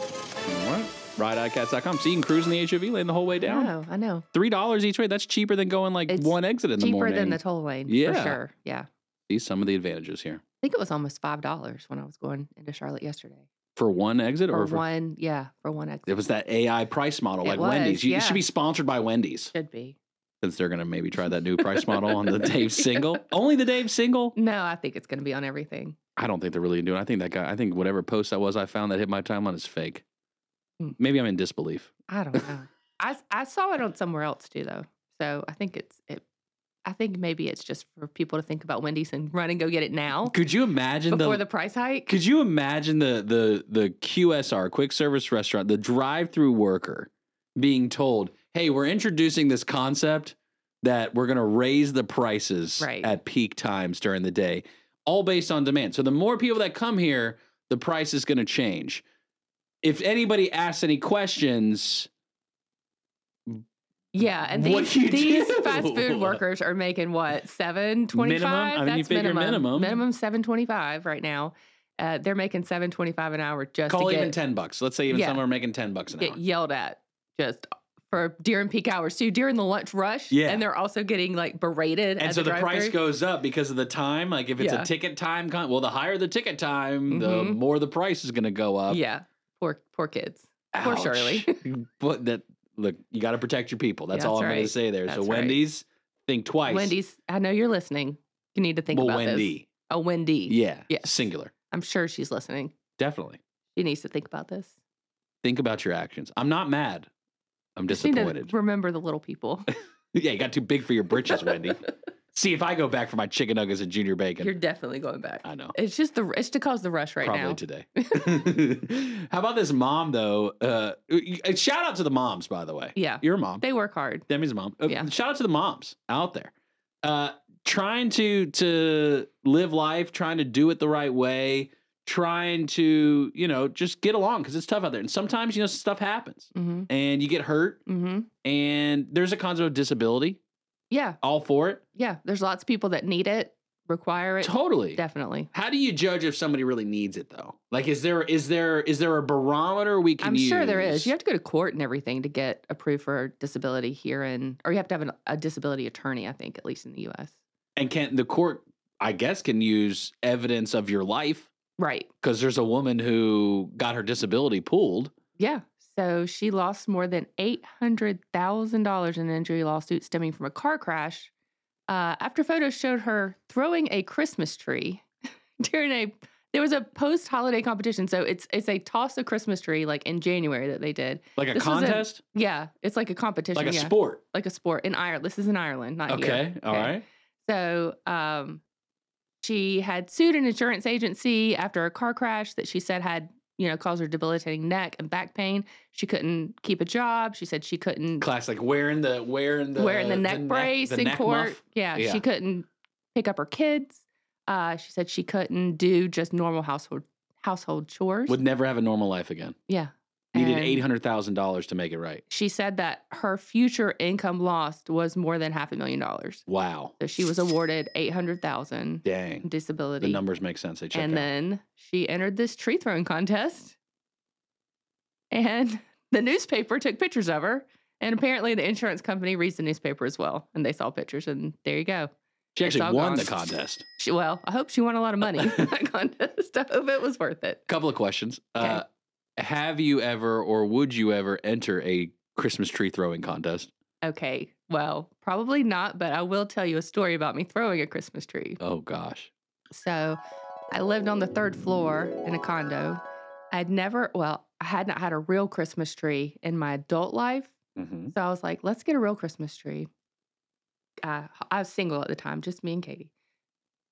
B: All right. RideEyeCats.com. So you can cruise in the HOV lane the whole way down.
C: No, I know.
B: three dollars each way. That's cheaper than going like
C: It's
B: one exit in the
C: Cheaper
B: morning.
C: than the toll lane,
B: Yeah.
C: for sure. Yeah. I
B: See some of the advantages here
C: think it was almost five dollars when I was going into Charlotte yesterday.
B: for one exit
C: For
B: or for
C: one, yeah, for one exit.
B: it was that AI price model
C: It
B: like
C: was,
B: Wendy's. You, It
C: yeah.
B: should be sponsored by Wendy's
C: should be.
B: since they're gonna maybe try that new price model on the Dave single. Only the Dave single.
C: No, I think it's gonna be on everything.
B: I don't think they're really doing. I think that guy. I think whatever post that was I found that hit my timeline is fake.
C: Hmm.
B: Maybe I'm in disbelief.
C: I don't know. I s- I saw it on somewhere else too though. So I think it's it I think maybe it's just for people to think about Wendy's and run and go get it now
B: Could you imagine
C: before
B: the,
C: the price hike.
B: Could you imagine the the the QSR quick service restaurant, the drive-through worker being told, "Hey, we're introducing this concept that we're going to raise the prices
C: Right.
B: at peak times during the day, all based on demand. So the more people that come here, the price is going to change." If anybody asks any questions,
C: Yeah, and
B: What
C: these,
B: do you
C: these
B: do?
C: fast food workers are making what seven twenty
B: Minimum?
C: five.
B: I mean, you
C: That's
B: figure
C: minimum.
B: minimum.
C: seven twenty five right now. Uh, they're making seven twenty five an hour just
B: call
C: to
B: even
C: get,
B: 10 bucks. Let's say even
C: Yeah.
B: someone making 10 bucks an hour.
C: get yelled at just for during peak hours too during the lunch rush.
B: Yeah.
C: and they're also getting like berated.
B: and
C: at
B: so the, price
C: drive-thru.
B: goes up because of the time. Like if it's
C: Yeah.
B: a ticket time, con- well, the higher the ticket time, the
C: Mhm.
B: more the price is going to go up.
C: Yeah, poor poor kids. Poor Shirley.
B: Ouch. but that look, you got to protect your people. That's
C: Yeah,
B: all
C: that's
B: I'm going
C: right.
B: to say there. so
C: That's right.
B: Wendy's, think twice.
C: Wendy's, I know you're listening. You need to think
B: well,
C: about
B: Wendy.
C: this. Oh, Wendy.
B: Yeah.
C: Yes.
B: Singular.
C: I'm sure she's listening.
B: Definitely.
C: She needs to think about this.
B: Think about your actions. I'm not mad. I'm
C: Just need to
B: disappointed.
C: remember the little people.
B: yeah, you got too big for your britches, Wendy. See if I go back for my chicken nuggets and junior bacon.
C: You're definitely going back.
B: I know.
C: It's just the it's to cause the rush right
B: Probably
C: now.
B: today. How about this mom though? Uh, uh, shout out to the moms, by the way.
C: yeah,
B: Your mom.
C: they work hard.
B: Demi's mom. Uh,
C: Yeah.
B: Shout out to the moms out there, uh, trying to to live life, trying to do it the right way, trying to you know just get along because it's tough out there. And sometimes you know stuff happens,
C: Mm-hmm.
B: and you get hurt,
C: Mm-hmm.
B: and there's a concept of disability.
C: Yeah,
B: All for it.
C: yeah. There's lots of people that need it, require it,
B: Totally.
C: definitely.
B: How do you judge if somebody really needs it though? Like, is there is there is there a barometer we can
C: I'm
B: use?
C: sure there is. You have to go to court and everything to get approved for disability here, in, or you have to have an, a disability attorney, I think, at least in the U.S.
B: and can the court, I guess, can use evidence of your life
C: Right.
B: because there's a woman who got her disability pulled.
C: Yeah. So she lost more than $800,000 in injury lawsuits stemming from a car crash uh, after photos showed her throwing a Christmas tree during a there was a post holiday competition. So it's it's a toss a Christmas tree like in January that they did.
B: Like a
C: This was a-
B: contest?
C: Yeah, it's like a competition.
B: Like a
C: yeah,
B: sport.
C: like a sport in Ireland. This is in Ireland, not here.
B: Okay. All
C: Okay.
B: right.
C: So um, she had sued an insurance agency after a car crash that she said had, you know, caused her debilitating neck and back pain. She couldn't keep a job. She said she couldn't
B: Class like wearing the wearing uh, the
C: wearing the neck brace
B: the
C: in
B: neck
C: court.
B: muff.
C: Yeah,
B: Yeah.
C: she couldn't pick up her kids. Uh, she said she couldn't do just normal household household chores.
B: Would never have a normal life again.
C: yeah.
B: Needed
C: And-
B: eight hundred thousand dollars to make it right.
C: She said that her future income lost was more than half a million dollars.
B: Wow.
C: So she was awarded eight hundred thousand
B: Dang.
C: disability.
B: The numbers make sense. They check
C: and
B: out.
C: then she entered this tree throwing contest. And the newspaper took pictures of her. And apparently, the insurance company reads the newspaper as well. And they saw pictures. And there you go.
B: she actually
C: all
B: won
C: gone.
B: the contest.
C: She, well, I hope she won a lot of money in that contest. I hope it was worth it.
B: Couple of questions. Uh, have you ever or would you ever enter a Christmas tree throwing contest?
C: Okay. Well, probably not, but I will tell you a story about me throwing a Christmas tree.
B: Oh gosh.
C: So I lived on the third floor in a condo. I'd never, well, I had not had a real Christmas tree in my adult life.
B: Mm-hmm.
C: So I was like, let's get a real Christmas tree. Uh, I was single at the time, just me and Katie.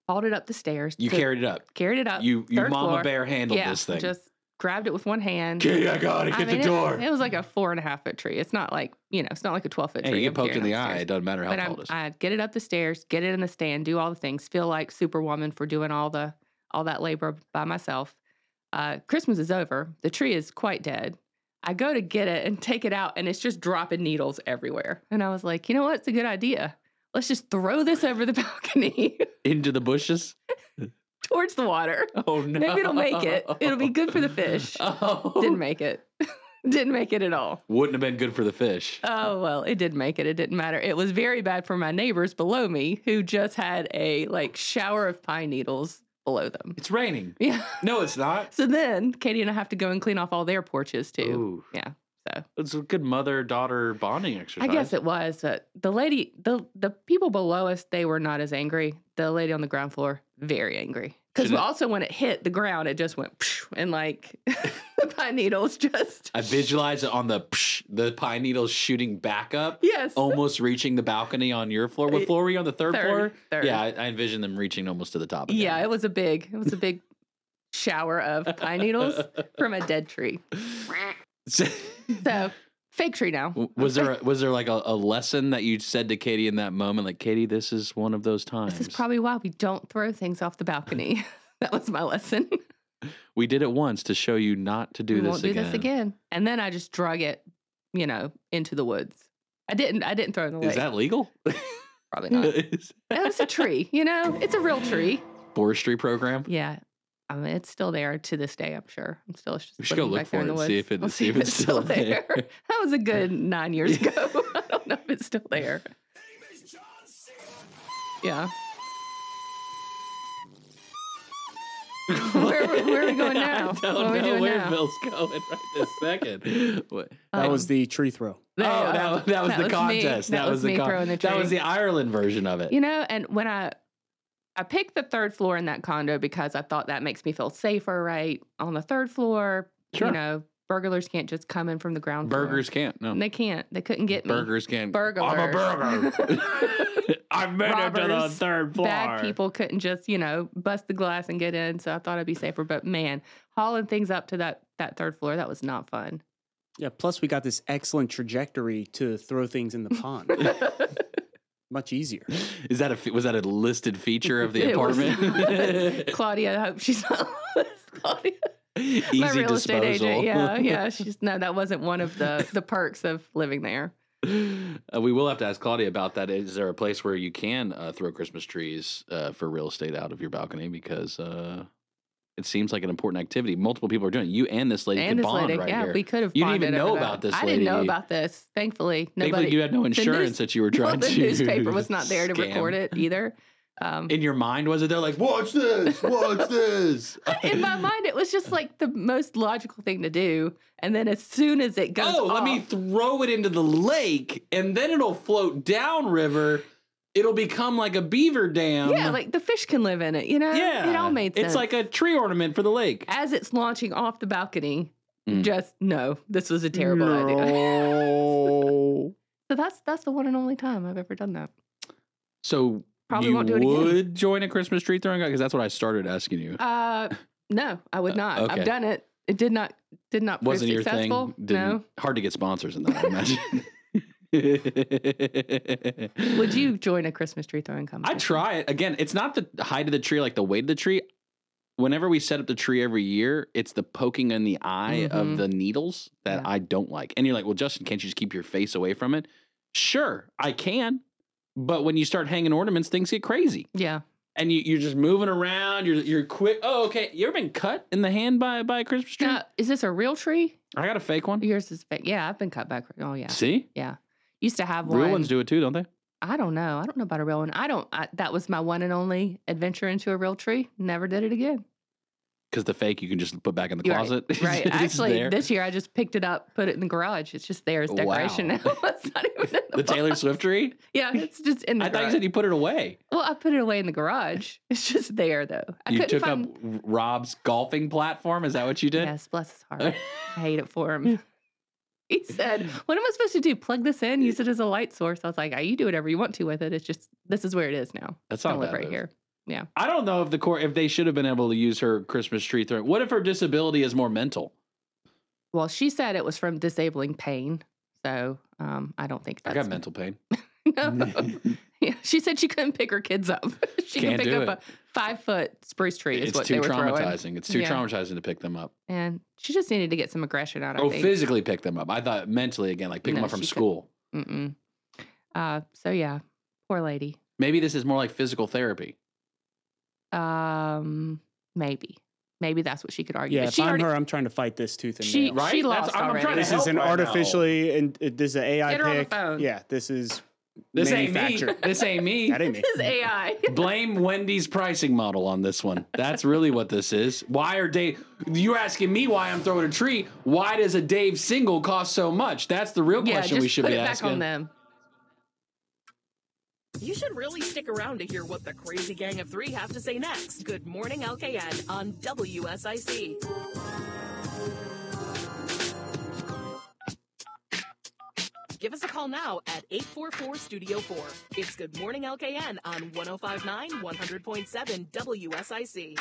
C: Hauled it up the stairs.
B: You
C: took-
B: carried it up.
C: carried it up.
B: You you
C: third
B: mama
C: floor.
B: bear handled
C: yeah,
B: this thing.
C: just grabbed it with one hand.
B: Kitty, I gotta
C: I
B: get
C: mean,
B: the
C: it-
B: door.
C: It, was like a four and a half foot tree. It's not like you know, it's not like a twelve foot
B: hey,
C: tree.
B: you
C: I'm
B: get poked in
C: carrying
B: the eye.
C: upstairs.
B: It doesn't matter how
C: But
B: tall
C: I'm,
B: it is.
C: I get it up the stairs, get it in the stand, do all the things, feel like Superwoman for doing all the all that labor by myself. Uh, Christmas is over. The tree is quite dead. I go to get it and take it out, and it's just dropping needles everywhere. And I was like, you know what? It's a good idea. Let's just throw this over the balcony
B: Into the bushes.
C: towards the water.
B: Oh no.
C: Maybe it'll make it. It'll be good for the fish.
B: Oh.
C: Didn't make it. Didn't make it at all.
B: Wouldn't have been good for the fish.
C: Oh well, it did make it. It didn't matter. It was very bad for my neighbors below me who just had a like shower of pine needles below them.
B: It's raining.
C: Yeah.
B: No, it's not.
C: So then Katie and I have to go and clean off all their porches too.
B: Ooh.
C: Yeah, so.
B: it's a good mother daughter bonding
C: I
B: exercise.
C: guess it was, but the lady, the the people below us, they were not as angry. The lady on the ground floor, very angry. Because
B: Shouldn't-
C: also when it hit the ground, it just went and like the pine needles just
B: I visualize it on the psh, the pine needles shooting back up,
C: yes.
B: almost reaching the balcony on your floor. What
C: It-
B: floor were you on? The third,
C: Third,
B: floor.
C: third.
B: Yeah, I, I envision them reaching almost to the top. Again.
C: Yeah, it was a big, it was a big shower of pine needles from a dead tree.
B: So-
C: So fake tree now.
B: W- was there a, was there like a, a lesson that you said to Katie in that moment? Like Katie, this is one of those times.
C: This is probably why we don't throw things off the balcony. that was my lesson.
B: we did it once to show you not to do
C: we
B: this
C: won't do
B: again.
C: this again. And then I just drug it, you know, into the woods. I didn't. I didn't throw it in the lake.
B: Is that legal?
C: probably not?
B: Is-
C: it was a tree. You know, it's a real tree.
B: Forestry program.
C: Yeah. I mean, it's still there to this day. I'm sure. I'm still it's just
B: We should
C: living
B: go look
C: back there
B: for
C: in
B: it
C: the
B: and see if it- see
C: woods. I'll
B: if it's still there.
C: that was a good nine years ago. I don't know if it's still there. Yeah. where, where are we going now?
B: I don't
C: what are we
B: know
C: doing
B: where
C: now?
B: Bill's going right this second. What-
H: That
C: Um,
H: was the tree throw.
C: there you
B: oh,
C: go.
B: that, that was the
C: me.
B: contest.
C: That, was,
B: the
C: me
B: con-
C: throwing the tree.
B: That was the Ireland version of it.
C: You know, and when I I picked the third floor in that condo because I thought that makes me feel safer, right? On the third floor,
B: Sure.
C: you know, burglars can't just come in from the ground. floor.
B: Burgers can't. No.
C: And They can't. They couldn't get me.
B: Burgers can't.
C: Burglars.
B: I'm a burger. I've made it to the
C: Robbers.
B: third floor.
C: Bad people couldn't just, you know, bust the glass and get in. So I thought I'd be safer. But man, hauling things up to that that third floor, that was not fun.
H: Yeah. Plus, we got this excellent trajectory to throw things in the pond. Much easier.
B: Is that a fe- was that a listed feature of the
C: It was
B: apartment?
C: not. Claudia, I hope she's not. Claudia,
B: Easy
C: my real
B: disposal.
C: estate agent. Yeah, yeah. She's no, that wasn't one of the the perks of living there.
B: Uh, we will have to ask Claudia about that. Is there a place where you can uh, throw Christmas trees uh, for real estate out of your balcony? Because uh, it seems like an important activity. Multiple people are doing it. You and this lady
C: and
B: can
C: this
B: bond
C: lady,
B: right
C: yeah,
B: here.
C: we could have.
B: You didn't
C: bonded
B: even know
C: over
B: about
C: that.
B: this
C: I didn't know
B: lady.
C: about this. Thankfully, nobody.
B: Thankfully, you had no
C: news-
B: insurance that you were
C: well,
B: trying
C: the
B: to.
C: newspaper was not there to
B: scam.
C: record it either. Um,
B: In your mind, was it? They're like, watch this, watch this.
C: in my mind, it was just like the most logical thing to do. And then as soon as it goes,
B: oh, let me
C: off-
B: throw it into the lake, and then it'll float downriver. It'll become like a beaver dam.
C: yeah, like the fish can live in it. You know,
B: yeah.
C: it all made sense.
B: It's like a tree ornament for the lake.
C: as it's launching off the balcony,
B: Mm.
C: just no, this was a terrible idea.
B: No.
C: So that's that's the one and only time I've ever done that.
B: So
C: Probably
B: you
C: won't do it again.
B: would join a Christmas tree throwing because that's what I started asking you.
C: Uh, no, I would not.
B: Uh, okay.
C: I've done it. It did not did not prove
B: Wasn't your
C: successful.
B: thing?
C: No.
B: Hard to get sponsors in that. I imagine.
C: Would you join a Christmas tree throwing competition?
B: I try it again. It's not the height of the tree, like the weight of the tree. Whenever we set up the tree every year, it's the poking in the eye of
C: Mhm.
B: the needles that
C: Yeah.
B: I don't like. And you're like, well, Justin, can't you just keep your face away from it? Sure, I can. But when you start hanging ornaments, things get crazy.
C: Yeah.
B: and you, you're just moving around. You're you're quick. Oh, okay. You ever been cut in the hand by by a Christmas tree?
C: Now, Uh, is this a real tree?
B: I got a fake one.
C: Yours is fake. Yeah, I've been cut back. Oh yeah.
B: See,
C: Used to have
B: real
C: one.
B: ones do it too, don't they?
C: I don't know. I don't know about a real one. I don't. I, that was my one and only adventure into a real tree. Never did it again.
B: Because the fake you can just put back in the
C: You're right.
B: closet. It's
C: Right.
B: just
C: Actually,
B: there.
C: this year I just picked it up, put it in the garage. It's just there as decoration
B: Wow.
C: now. it's not even in the,
B: the Taylor
C: box.
B: Swift tree.
C: Yeah, it's just in the
B: I thought you
C: garage.
B: said you put it away.
C: well, I put it away in the garage. It's just there though. I
B: you
C: couldn't
B: took
C: find.
B: up Rob's golfing platform. Is that what you did?
C: Yes, bless his heart. I hate it for him. He said, What am I supposed to do? Plug this in, use it as a light source. I was like, "Ah, You do whatever you want to with it. It's just, this is where it is now.
B: That's
C: Don't
B: not
C: live
B: bad.
C: right
B: though.
C: here.
B: I don't know if the court if they should have been able to use her Christmas tree throw. What if her disability is more mental?
C: Well, she said it was from disabling pain. So um, I don't think
B: I
C: that's.
B: got mental pain.
C: No. yeah, she said she couldn't pick her kids up. she
B: Can't
C: can pick
B: do
C: up a five foot spruce tree, is
B: It's
C: what
B: too
C: they were
B: traumatizing.
C: throwing.
B: It's too
C: Yeah.
B: traumatizing to pick them up.
C: And she just needed to get some aggression out of
B: Oh,
C: think.
B: physically pick them up. I thought mentally again, like pick them
C: No,
B: up from
C: she could-
B: school.
C: Mm-mm. Uh, so yeah, poor lady.
B: Maybe this is more like physical therapy.
C: Um, maybe, maybe that's what she could argue.
H: Yeah,
C: But
H: if
C: she
H: I'm
C: already
H: her, I'm trying to fight this tooth and
C: she
H: nail.
B: Right?
C: she
B: That's-
C: lost
B: I'm- I'm
C: already.
B: trying to
H: This
B: help
H: is an
B: right now.
H: artificially and uh, this is an AI
C: Get her on the
H: pick.
C: phone.
H: Yeah, this is
B: This ain't me.
H: manufactured.
B: This ain't me.
H: that ain't me.
C: This is AI.
B: Blame Wendy's pricing model on this one. That's really what this is. Why are Dave? You're asking me why I'm throwing a tree. Why does a Dave single cost so much? That's the real
C: yeah,
B: question
C: just
B: we should
C: put
B: be
C: it back
B: asking.
C: on them.
E: You should really stick around to hear what the crazy gang of three have to say next. Good morning, LKN on WSIC. Give us a call now at 844 Studio 4. It's Good Morning LKN on 1059 100.7 WSIC.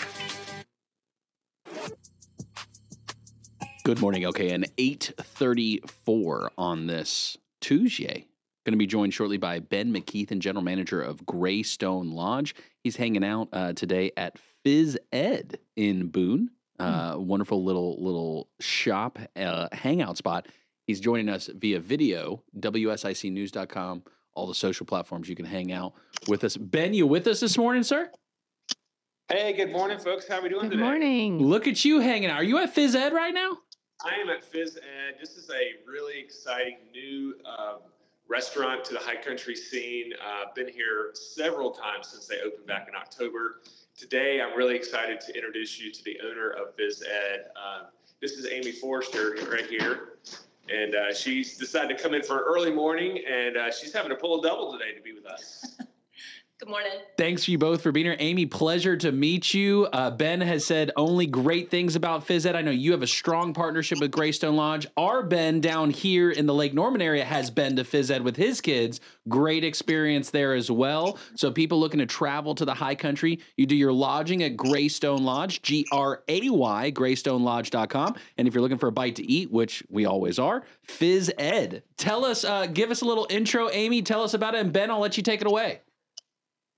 B: Good morning, okay. And 834 on this Tuesday. Going to be joined shortly by Ben McKeithen, general manager of Greystone Lodge. He's hanging out uh, today at Phys Ed in Boone. Uh, Wonderful little little shop uh, hangout spot. He's joining us via video, WSICnews.com, all the social platforms you can hang out with us. Ben, you with us this morning, sir?
J: Hey, good morning, folks. How are we doing
C: Good
J: today?
C: morning.
B: Look at you hanging out. Are you at Phys Ed right now?
J: I am at Fizz Ed. This is a really exciting new um, restaurant to the high country scene. Uh, been here several times since they opened back in October. Today, I'm really excited to introduce you to the owner of Fizz Ed. Um, this is Amy Forrester right here. And uh, she's decided to come in for an early morning, and uh, she's having to pull a double today to be with us.
K: Good morning.
B: Thanks you both for being here. Amy, pleasure to meet you. Uh, ben has said only great things about Phys Ed. I know you have a strong partnership with Greystone Lodge. Our Ben down here in the Lake Norman area has been to Phys Ed with his kids. Great experience there as well. So people looking to travel to the high country, you do your lodging at Greystone Lodge, G-R-A-Y, greystonelodge.com. And if you're looking for a bite to eat, which we always are, Phys Ed. Tell us, uh, give us a little intro, Amy. Tell us about it. And Ben, I'll let you take it away.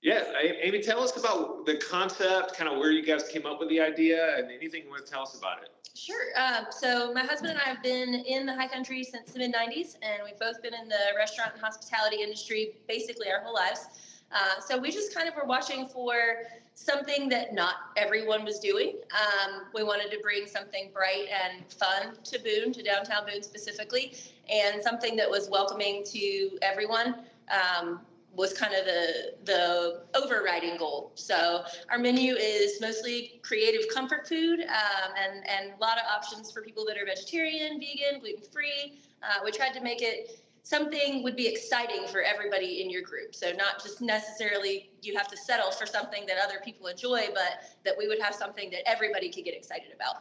J: Yeah, A- Amy, tell us about the concept, kind of where you guys came up with the idea, and anything you want to tell us about it.
K: Sure. Um, so my husband and I have been in the high country since the mid '90s, and we've both been in the restaurant and hospitality industry basically our whole lives. Uh, so we just kind of were watching for something that not everyone was doing. Um, we wanted to bring something bright and fun to Boone, to downtown Boone specifically, and something that was welcoming to everyone. Um, was kind of the the overriding goal. So our menu is mostly creative comfort food um, and and a lot of options for people that are vegetarian, vegan, gluten free. Uh, we tried to make it something would be exciting for everybody in your group. So not just necessarily you have to settle for something that other people enjoy, but that we would have something that everybody could get excited about,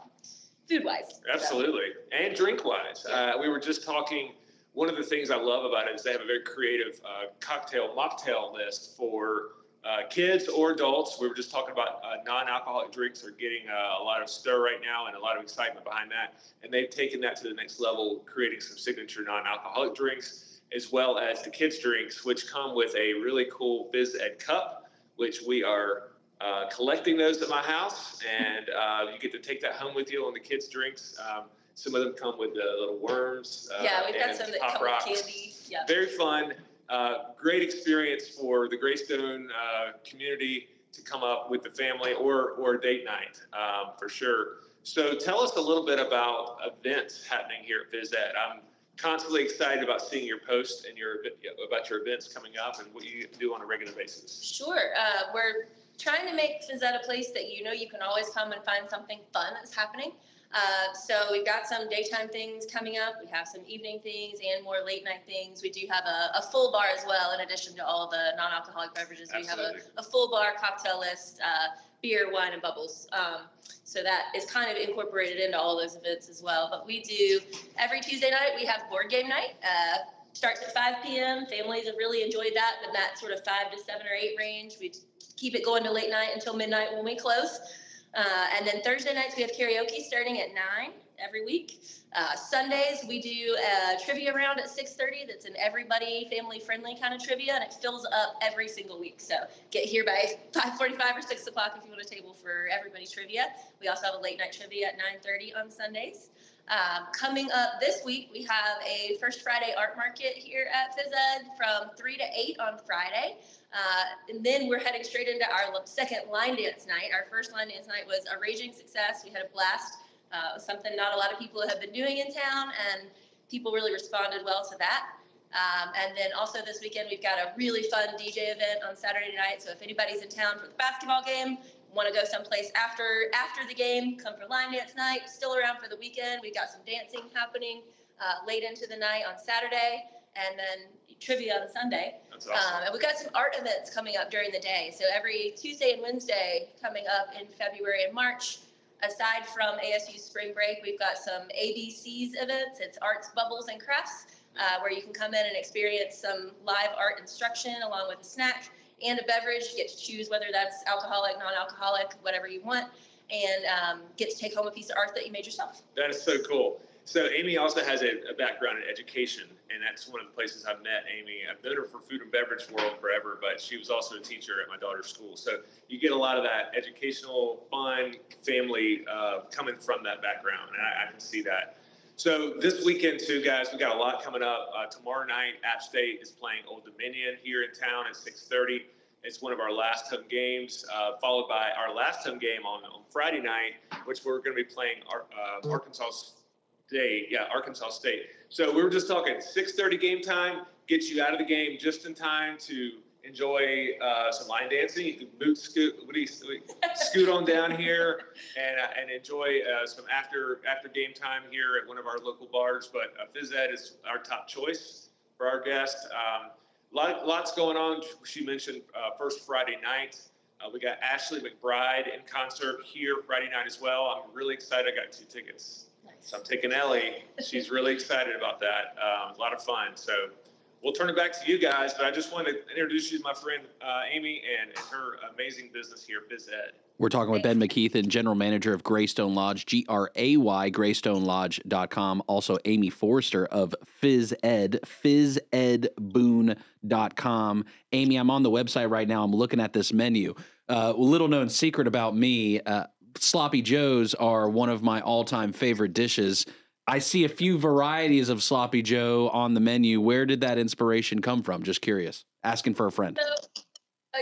K: food wise.
J: Absolutely. And drink wise, uh, we were just talking. One of the things I love about it is they have a very creative uh, cocktail mocktail list for uh, kids or adults. We were just talking about uh, non alcoholic drinks are getting uh, a lot of stir right now and a lot of excitement behind that. And they've taken that to the next level, creating some signature non alcoholic drinks, as well as the kids' drinks, which come with a really cool Biz Ed cup, which we are uh, collecting those at my house, and uh, you get to take that home with you on the kids' drinks. Um, some of them come with the little worms. Uh,
K: yeah, we've got
J: and
K: some that
J: Pop
K: come
J: Rocks.
K: with candy. Yeah.
J: Very fun, uh, great experience for the Greystone uh, community to come up with the family or or date night um, for sure. So tell us a little bit about events happening here at Phys Ed. I'm constantly excited about seeing your posts and your event- about your events coming up and what you do on a regular basis.
K: Sure. Uh, we're trying to make Fazetta a place that you know you can always come and find something fun that's happening. Uh, so we've got some daytime things coming up. We have some evening things and more late night things. We do have a, a full bar as well, in addition to all the non-alcoholic beverages. We have
J: Absolutely.
K: a, a full bar cocktail list, uh, beer, wine, and bubbles. Um, so that is kind of incorporated into all those events as well. But we do every Tuesday night. We have board game night. Uh, starts at 5 p.m. Families have really enjoyed that, but that sort of five to seven or eight range. We keep it going to late night until midnight when we close. Uh, and then Thursday nights we have karaoke starting at nine every week. Uh, Sundays we do a trivia round at 6:30. That's an everybody family friendly kind of trivia, and it fills up every single week. So get here by 5:45 or 6 o'clock if you want a table for everybody trivia. We also have a late night trivia at 9:30 on Sundays. Um, coming up this week, we have a First Friday Art Market here at Phys Ed from 3 to 8 on Friday. Uh, and then we're heading straight into our l- second line dance night. Our first line dance night was a raging success. We had a blast, uh, something not a lot of people have been doing in town, and people really responded well to that. Um, and then also this weekend, we've got a really fun DJ event on Saturday night. So if anybody's in town for the basketball game, want to go someplace after after the game, come for line dance night. Still around for the weekend. We've got some dancing happening uh, late into the night on Saturday, and then trivia on Sunday.
J: That's awesome.
K: Um, and we've got some art events coming up during the day. So every Tuesday and Wednesday coming up in February and March. Aside from ASU spring break, we've got some ABCs events. It's arts, bubbles, and crafts, uh, where you can come in and experience some live art instruction along with a snack and a beverage. You get to choose whether that's alcoholic, non-alcoholic, whatever you want, and um, get to take home a piece of art that you made yourself.
J: That is so cool. So Amy also has a, a background in education, and that's one of the places I met Amy. I've known her for food and beverage world forever, but she was also a teacher at my daughter's school. So you get a lot of that educational, fun family uh, coming from that background, and I, I can see that. So this weekend too, guys, we got a lot coming up. Uh, tomorrow night, App State is playing Old Dominion here in town at 6:30. It's one of our last home games, uh, followed by our last home game on, on Friday night, which we're going to be playing Ar- uh, Arkansas State. Yeah, Arkansas State. So we were just talking 6:30 game time gets you out of the game just in time to enjoy uh, some line dancing. You can boot scoot. What do you scoot on down here and uh, and enjoy uh, some after after game time here at one of our local bars. But uh, Phys Ed is our top choice for our guest. Um, lot, lots going on. She mentioned uh, first Friday night. Uh, we got Ashley McBride in concert here Friday night as well. I'm really excited. I got two tickets. So I'm taking Ellie. She's really excited about that. Um, a lot of fun. So we'll turn it back to you guys, but I just want to introduce you to my friend uh, Amy and her amazing business here, Biz Ed.
B: We're talking with Ben McKeithen, general manager of Greystone Lodge, G R A Y, greystonelodge.com. Also, Amy Forrester of Phys Ed, physedboon.com. Amy, I'm on the website right now. I'm looking at this menu. Uh, little known secret about me, uh, sloppy joes are one of my all-time favorite dishes. I see a few varieties of sloppy joe on the menu. Where did that inspiration come from? Just curious. Asking for a friend.
K: So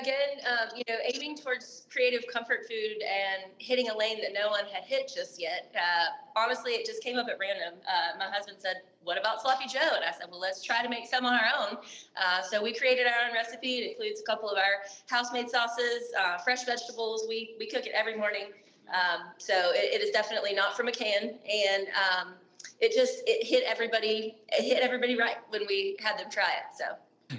K: again, um, you know, aiming towards creative comfort food and hitting a lane that no one had hit just yet. Uh, honestly, it just came up at random. Uh, my husband said, "What about sloppy Joe?" And I said, "Well, let's try to make some on our own." Uh, so we created our own recipe. It includes a couple of our house-made sauces, uh, fresh vegetables. We we cook it every morning. Um, so it, it is definitely not from a can, and um, it just it hit everybody it hit everybody right when we had them try it. So.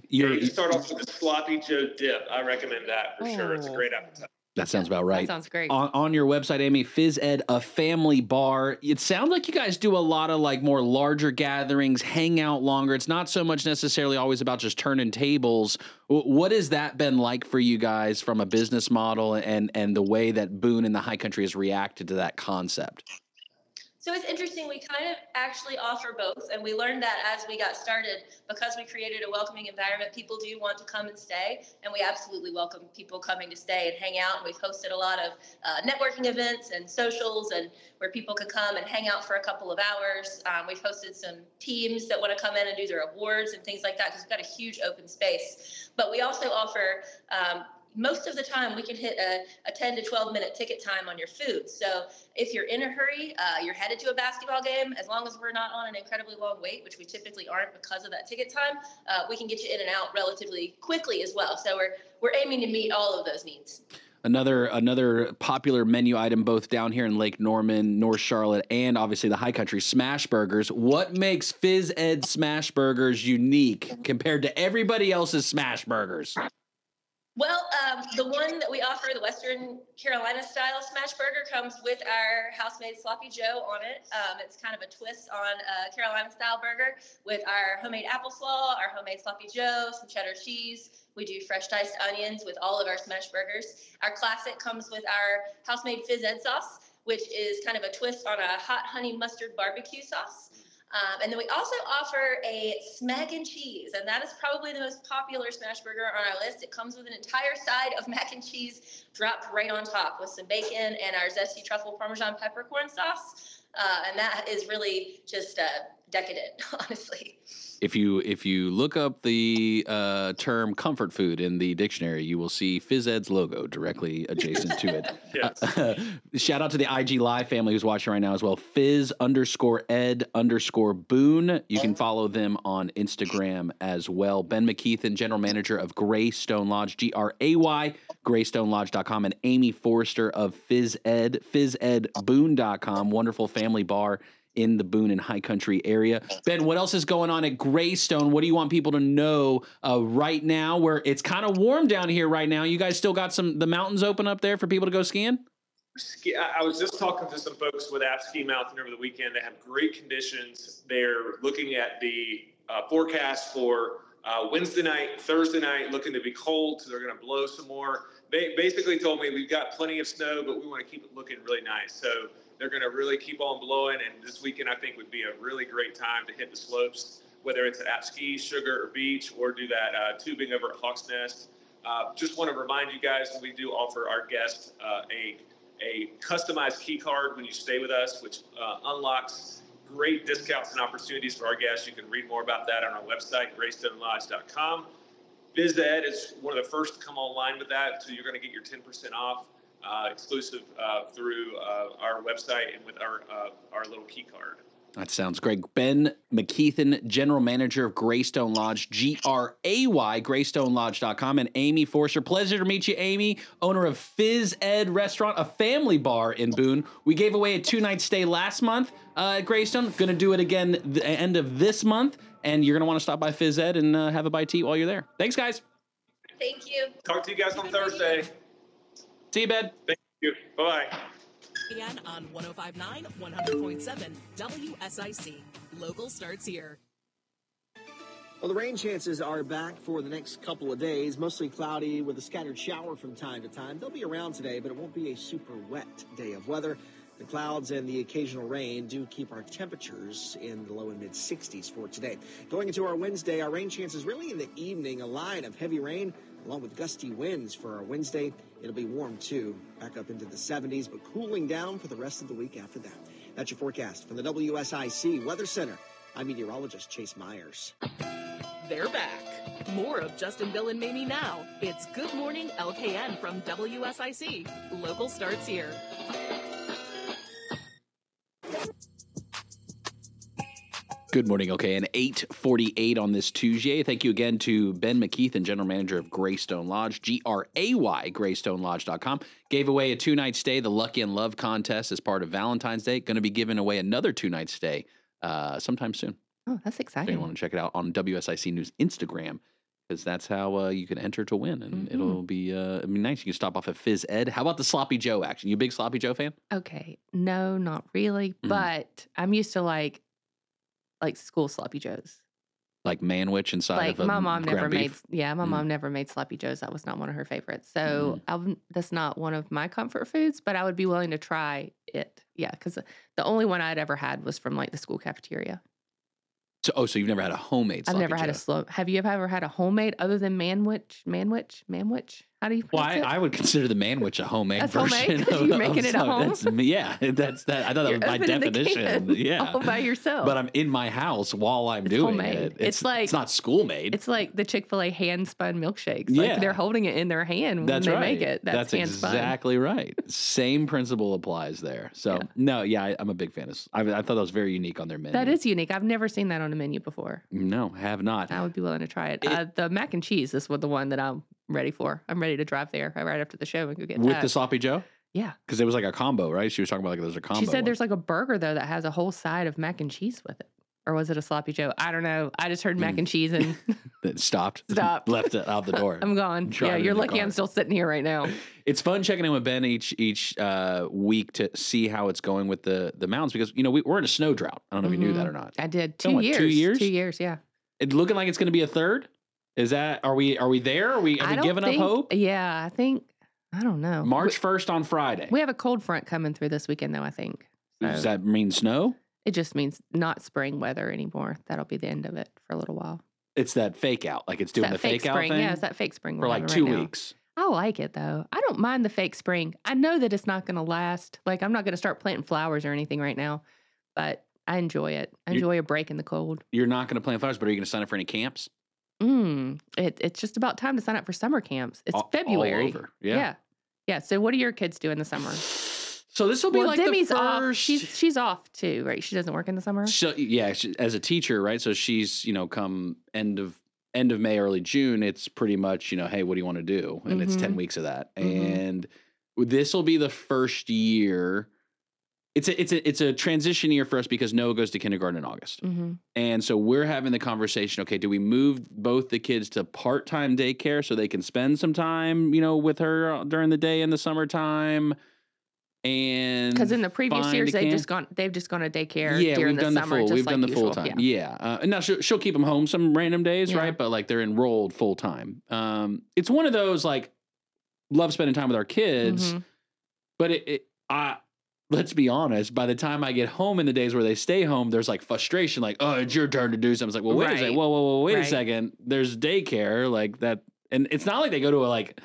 J: Yeah, you start off with a sloppy Joe dip. I recommend that for sure. It's a great appetizer.
B: That sounds about right.
J: sounds great.
B: On, on your website, Amy, Phys Ed, a family bar. It sounds like you guys do a lot of like more larger gatherings, hang out longer. It's not so much necessarily always about just turning tables. Wh- What has that been like for you guys from a business model and and the way that Boone and the High Country has reacted to that concept?
K: So it's interesting. We kind of actually offer both, and we learned that as we got started because we created a welcoming environment. People do want to come and stay, and we absolutely welcome people coming to stay and hang out. And we've hosted a lot of uh, networking events and socials, and where people could come and hang out for a couple of hours. Um, we've hosted some teams that want to come in and do their awards and things like that because we've got a huge open space. But we also offer um, most of the time we can hit a, a 10 to 12 minute ticket time on your food. So if you're in a hurry, uh, you're headed to a basketball game, as long as we're not on an incredibly long wait, which we typically aren't because of that ticket time, uh, we can get you in and out relatively quickly as well. So we're, we're aiming to meet all of those needs.
B: Another another popular menu item both down here in Lake Norman, North Charlotte, and obviously the High Country Smash Burgers. What makes Phys Ed Smash Burgers unique compared to everybody else's Smash Burgers?
K: Well, um, the one that we offer, the Western Carolina style smash burger, comes with our house-made sloppy Joe on it. Um, it's kind of a twist on a Carolina style burger with our homemade apple slaw, our homemade sloppy Joe, some cheddar cheese. We do fresh diced onions with all of our smash burgers. Our classic comes with our house-made fizz ed sauce, which is kind of a twist on a hot honey mustard barbecue sauce. Um, and then we also offer a smack and cheese, and that is probably the most popular smash burger on our list. It comes with an entire side of mac and cheese dropped right on top with some bacon and our zesty truffle parmesan peppercorn sauce. Uh, and that is really just uh, decadent, honestly.
B: If you if you look up the uh, term comfort food in the dictionary, you will see Phys Ed's logo directly adjacent to it. Shout out to the IG Live family who's watching right now as well. Phys underscore Ed underscore Boone. You can follow them on Instagram as well. Ben McKeithen, general manager of Greystone Lodge, G R A Y, greystonelodge.com, and Amy Forrester of Phys Ed, phys Wonderful family bar in the Boone and High Country area. Ben, what else is going on at Greystone? What do you want people to know uh, right now? Where it's kind of warm down here right now. You guys still got some the mountains open up there for people to go skiing.
J: Ski- I I was just talking to some folks with App Ski Mountain over the weekend. They have great conditions. They're looking at the uh, forecast for uh, Wednesday night, Thursday night, looking to be cold, so they're going to blow some more. They basically told me we've got plenty of snow, but we want to keep it looking really nice. So they're going to really keep on blowing. And this weekend, I think, would be a really great time to hit the slopes, whether it's at App Ski, Sugar, or Beach, or do that uh, tubing over at Hawks Nest. Uh, just want to remind you guys that we do offer our guests uh, a a customized key card when you stay with us, which uh, unlocks great discounts and opportunities for our guests. You can read more about that on our website, greystonelodge.com. Biz Ed is one of the first to come online with that, so you're going to get your 10% off uh, exclusive uh, through uh, our website and with our uh, our little key card.
B: That sounds great. Ben McKeithen, general manager of Greystone Lodge, G R A Y, greystonelodge.com, and Amy Forster. Pleasure to meet you, Amy, owner of Fizz Ed Restaurant, a family bar in Boone. We gave away a two night stay last month uh, at Greystone. Gonna do it again the end of this month, and you're gonna wanna stop by Fizz Ed and uh, have a bite to eat while you're there. Thanks, guys.
K: Thank you.
J: Talk to you guys on Thursday.
B: See you, Ben.
J: Thank you. Bye bye.
E: Again on 1059, 100.7 WSIC. Local starts here.
L: Well, the rain chances are back for the next couple of days, mostly cloudy with a scattered shower from time to time. They'll be around today, but it won't be a super wet day of weather. The clouds and the occasional rain do keep our temperatures in the low and mid 60s for today. Going into our Wednesday, our rain chances really in the evening, a line of heavy rain along with gusty winds for our Wednesday. It'll be warm too, back up into the 70s, but cooling down for the rest of the week after that. That's your forecast from the WSIC Weather Center. I'm meteorologist Chase Myers.
E: They're back. More of Justin, Bill, and Mamie now. It's Good Morning LKN from WSIC. Local starts here.
B: Good morning. Okay, and 848 on this Tuesday. Thank you again to Ben McKeithen, general manager of Greystone Lodge, G-R-A-Y, greystonelodge.com. Gave away a two-night stay, the Lucky and Love contest as part of Valentine's Day. Going to be giving away another two-night stay uh, sometime soon.
C: Oh, that's
B: So you
C: exciting.
B: want to check it out on WSIC News Instagram because that's how uh, you can enter to win, and
C: Mm-hmm.
B: it'll be uh, I mean, nice. You can stop off at Phys Ed. How about the Sloppy Joe action? You Mm-hmm. a big Sloppy Joe fan?
C: Okay. No, not really. But I'm used to like like school sloppy joes.
B: Like Manwich inside
C: like
B: of a
C: my mom never
B: ground
C: made
B: beef? Mm-hmm.
C: yeah, my mom never made sloppy joes. That was not one of her favorites. So I wouldn't- that's not one of my comfort foods, but I would be willing to try it. Yeah, cuz the only one I'd ever had was from like the school cafeteria.
B: So, oh, so you've never had a homemade?
C: I've
B: Sloppy
C: never had a
B: Joe.
C: slow. Have you ever had a homemade other than manwich, manwich, manwich? How do you
B: Well,
C: pronounce
B: I,
C: it?
B: I would consider the manwich a homemade
C: That's homemade?
B: version.
C: 'Cause
B: of-
C: you're
B: of
C: making it at
B: some-
C: home?
B: That's, yeah, that's that. I thought
C: You're
B: that was by
C: opening the
B: definition.
C: can
B: yeah,
C: all by yourself.
B: But I'm in my house while I'm doing
C: homemade.
B: it.
C: It's like-
B: it's not school made.
C: It's like the Chick Fil A hand spun milkshakes.
B: Yeah.
C: Like they're holding it in their hand when
B: That's
C: they
B: right.
C: make it. That's, hand spun.
B: exactly right. Same principle applies there. So no, yeah, I, I'm a big fan of. I, I thought that was very unique on their menu.
C: That is unique. I've never seen that on a menu before.
B: no, have not.
C: I would be willing to try it. uh, the mac and cheese is what the one that I'm ready for. I'm ready to drive there right after the show and go get
B: with
C: that.
B: the sloppy Joe.
C: Yeah.
B: because it was like a combo, right? She was talking about like those are combo.
C: She said
B: ones.
C: there's like a burger though that has a whole side of mac and cheese with it. Or was it a sloppy Joe? I don't know. I just heard mac
B: Mm.
C: and cheese and
B: that stopped,
C: Stop.
B: left it out the door.
C: I'm gone.
B: Drive
C: yeah,
B: it
C: you're
B: in the
C: lucky
B: car.
C: I'm still sitting here right now.
B: it's fun checking in with Ben each each uh, week to see how it's going with the the mountains because you know we, we're in a snow drought. I don't know if you knew that or not.
C: Mm-hmm. I did
B: Been,
C: two
B: what,
C: years.
B: two years?
C: Two years, yeah.
B: It looking like it's going to be a third. Is that are we are we there? Are we are
C: I
B: we
C: don't
B: giving
C: think-
B: up hope?
C: Yeah, I think I don't know.
B: March first on Friday.
C: We have a cold front coming through this weekend though, I think.
B: Does that mean snow?
C: It just means not spring weather anymore. That'll be the end of it for a little while.
B: It's that fake out, like it's
C: It's
B: doing
C: that
B: the fake, out
C: spring.
B: thing
C: Yeah, it's that fake spring
B: for
C: we're
B: like
C: having
B: two
C: right now.
B: weeks.
C: I like it though. I don't mind the fake spring. I know that it's not going to last. Like I'm not going to start planting flowers or anything right now, but I enjoy it. I
B: You-
C: enjoy a break in the cold.
B: You're not going to plant flowers, but are you going to sign up for any camps?
C: Mm, it, it's just about time to sign up for summer camps. It's
B: All- all
C: February.
B: over, yeah.
C: yeah. Yeah. So what do your kids do in the summer?
B: So this will be
C: well,
B: like
C: Demi's
B: the
C: off.
B: first.
C: She's she's off too, right? She doesn't work in the summer.
B: So yeah, she, as a teacher, right? So she's you know come end of end of May, early June. It's pretty much you know, hey, what do you want to do? And it's ten
C: Mm-hmm.
A: Mhm.
B: weeks of that.
A: Mhm.
B: And this will be the first year. It's a it's a it's a transition year for us because Noah goes to kindergarten in August.
C: Mm-hmm.
B: And so we're having the conversation, okay, do we move both the kids to part-time daycare so they can spend some time, you know, with her uh, during the day in the summertime? And
C: Because in the previous
B: find
C: years
B: a
C: they've
B: camp?
C: just gone they've just gone to daycare
B: yeah, we've
C: during the
B: done
C: summer.
B: the full,
C: just
B: we've
C: like
B: done the
C: usual.
B: full time. Yeah, Uh, and now she'll, she'll keep them home some random days, right? But like they're enrolled full time. Um, it's one of those like love spending time with our kids,
C: Mm-hmm.
A: Mhm.
B: but it, it I let's be honest. By the time I get home in the days where they stay home, there's like frustration, like oh, it's your turn to do something. It's like well, wait a
A: Right.
B: second, whoa, whoa, whoa, wait
A: Right.
B: a second. There's daycare, like that, and it's not like they go to a like.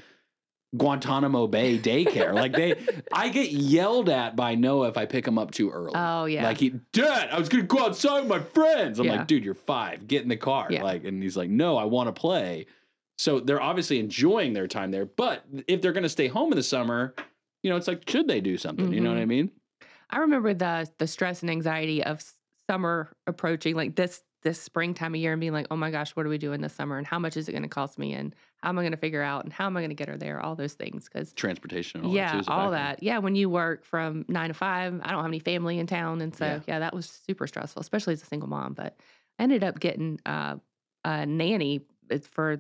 B: Guantanamo Bay daycare. like they, I get yelled at by Noah if I pick him up too early.
C: Oh yeah.
B: Like he, Dad, I was gonna go outside with my friends. I'm
C: Yeah.
B: like, dude, you're five. Get in the car.
C: Yeah.
B: Like, and he's like, no, I want to play. So they're obviously enjoying their time there. But if they're gonna stay home in the summer, you know, it's like, should they do something? You know what I
C: Mhm.
B: mean?
C: I remember the the stress and anxiety of s- summer approaching, like this this springtime of year, and being like, "Oh my gosh, what are we doing this summer? And how much is it going to cost me? And how am I going to figure out? And how am I going to get her there? All those things." Because
B: Transportation. And all that
C: yeah,
B: too is a
C: all
B: factor.
C: that. Yeah, when you work from nine to five, I don't have any family in town, and so yeah, that was super stressful, especially as a single mom. But I ended up getting uh, a nanny it's for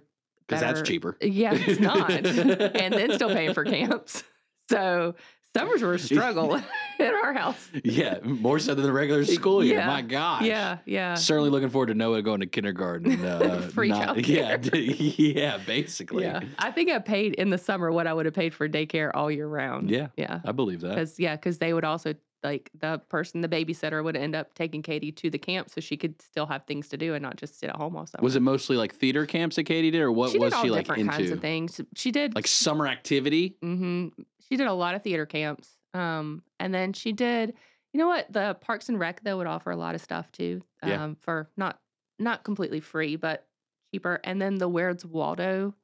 B: 'Cause that's
C: better-
B: cheaper.
C: Yeah, it's not, and then still paying for camps. So summers were a struggle at our house.
B: Yeah, more so than the regular school year.
C: Yeah.
B: My gosh.
C: Yeah, yeah.
B: Certainly looking forward to Noah going to kindergarten. And, uh,
C: Free childcare.
B: yeah, yeah, basically.
C: Yeah. I think I paid in the summer what I would have paid for daycare all year round.
B: Yeah,
C: Yeah.
B: I believe that.
C: Because, yeah, because they would also, like the person, the babysitter, would end up taking Katie to the camp so she could still have things to do and not just sit at home all summer.
B: Was it mostly like theater camps that Katie did, or what
C: she
B: was
C: did all
B: she like
C: different
B: into?
C: kinds of things. She did
B: Like summer activity.
C: hmm She did a lot of theater camps. Um, and then she did, you know what? The Parks and Rec though would offer a lot of stuff too. Um,
B: Yeah.
C: for not not completely free, but cheaper. And then the Where's Waldo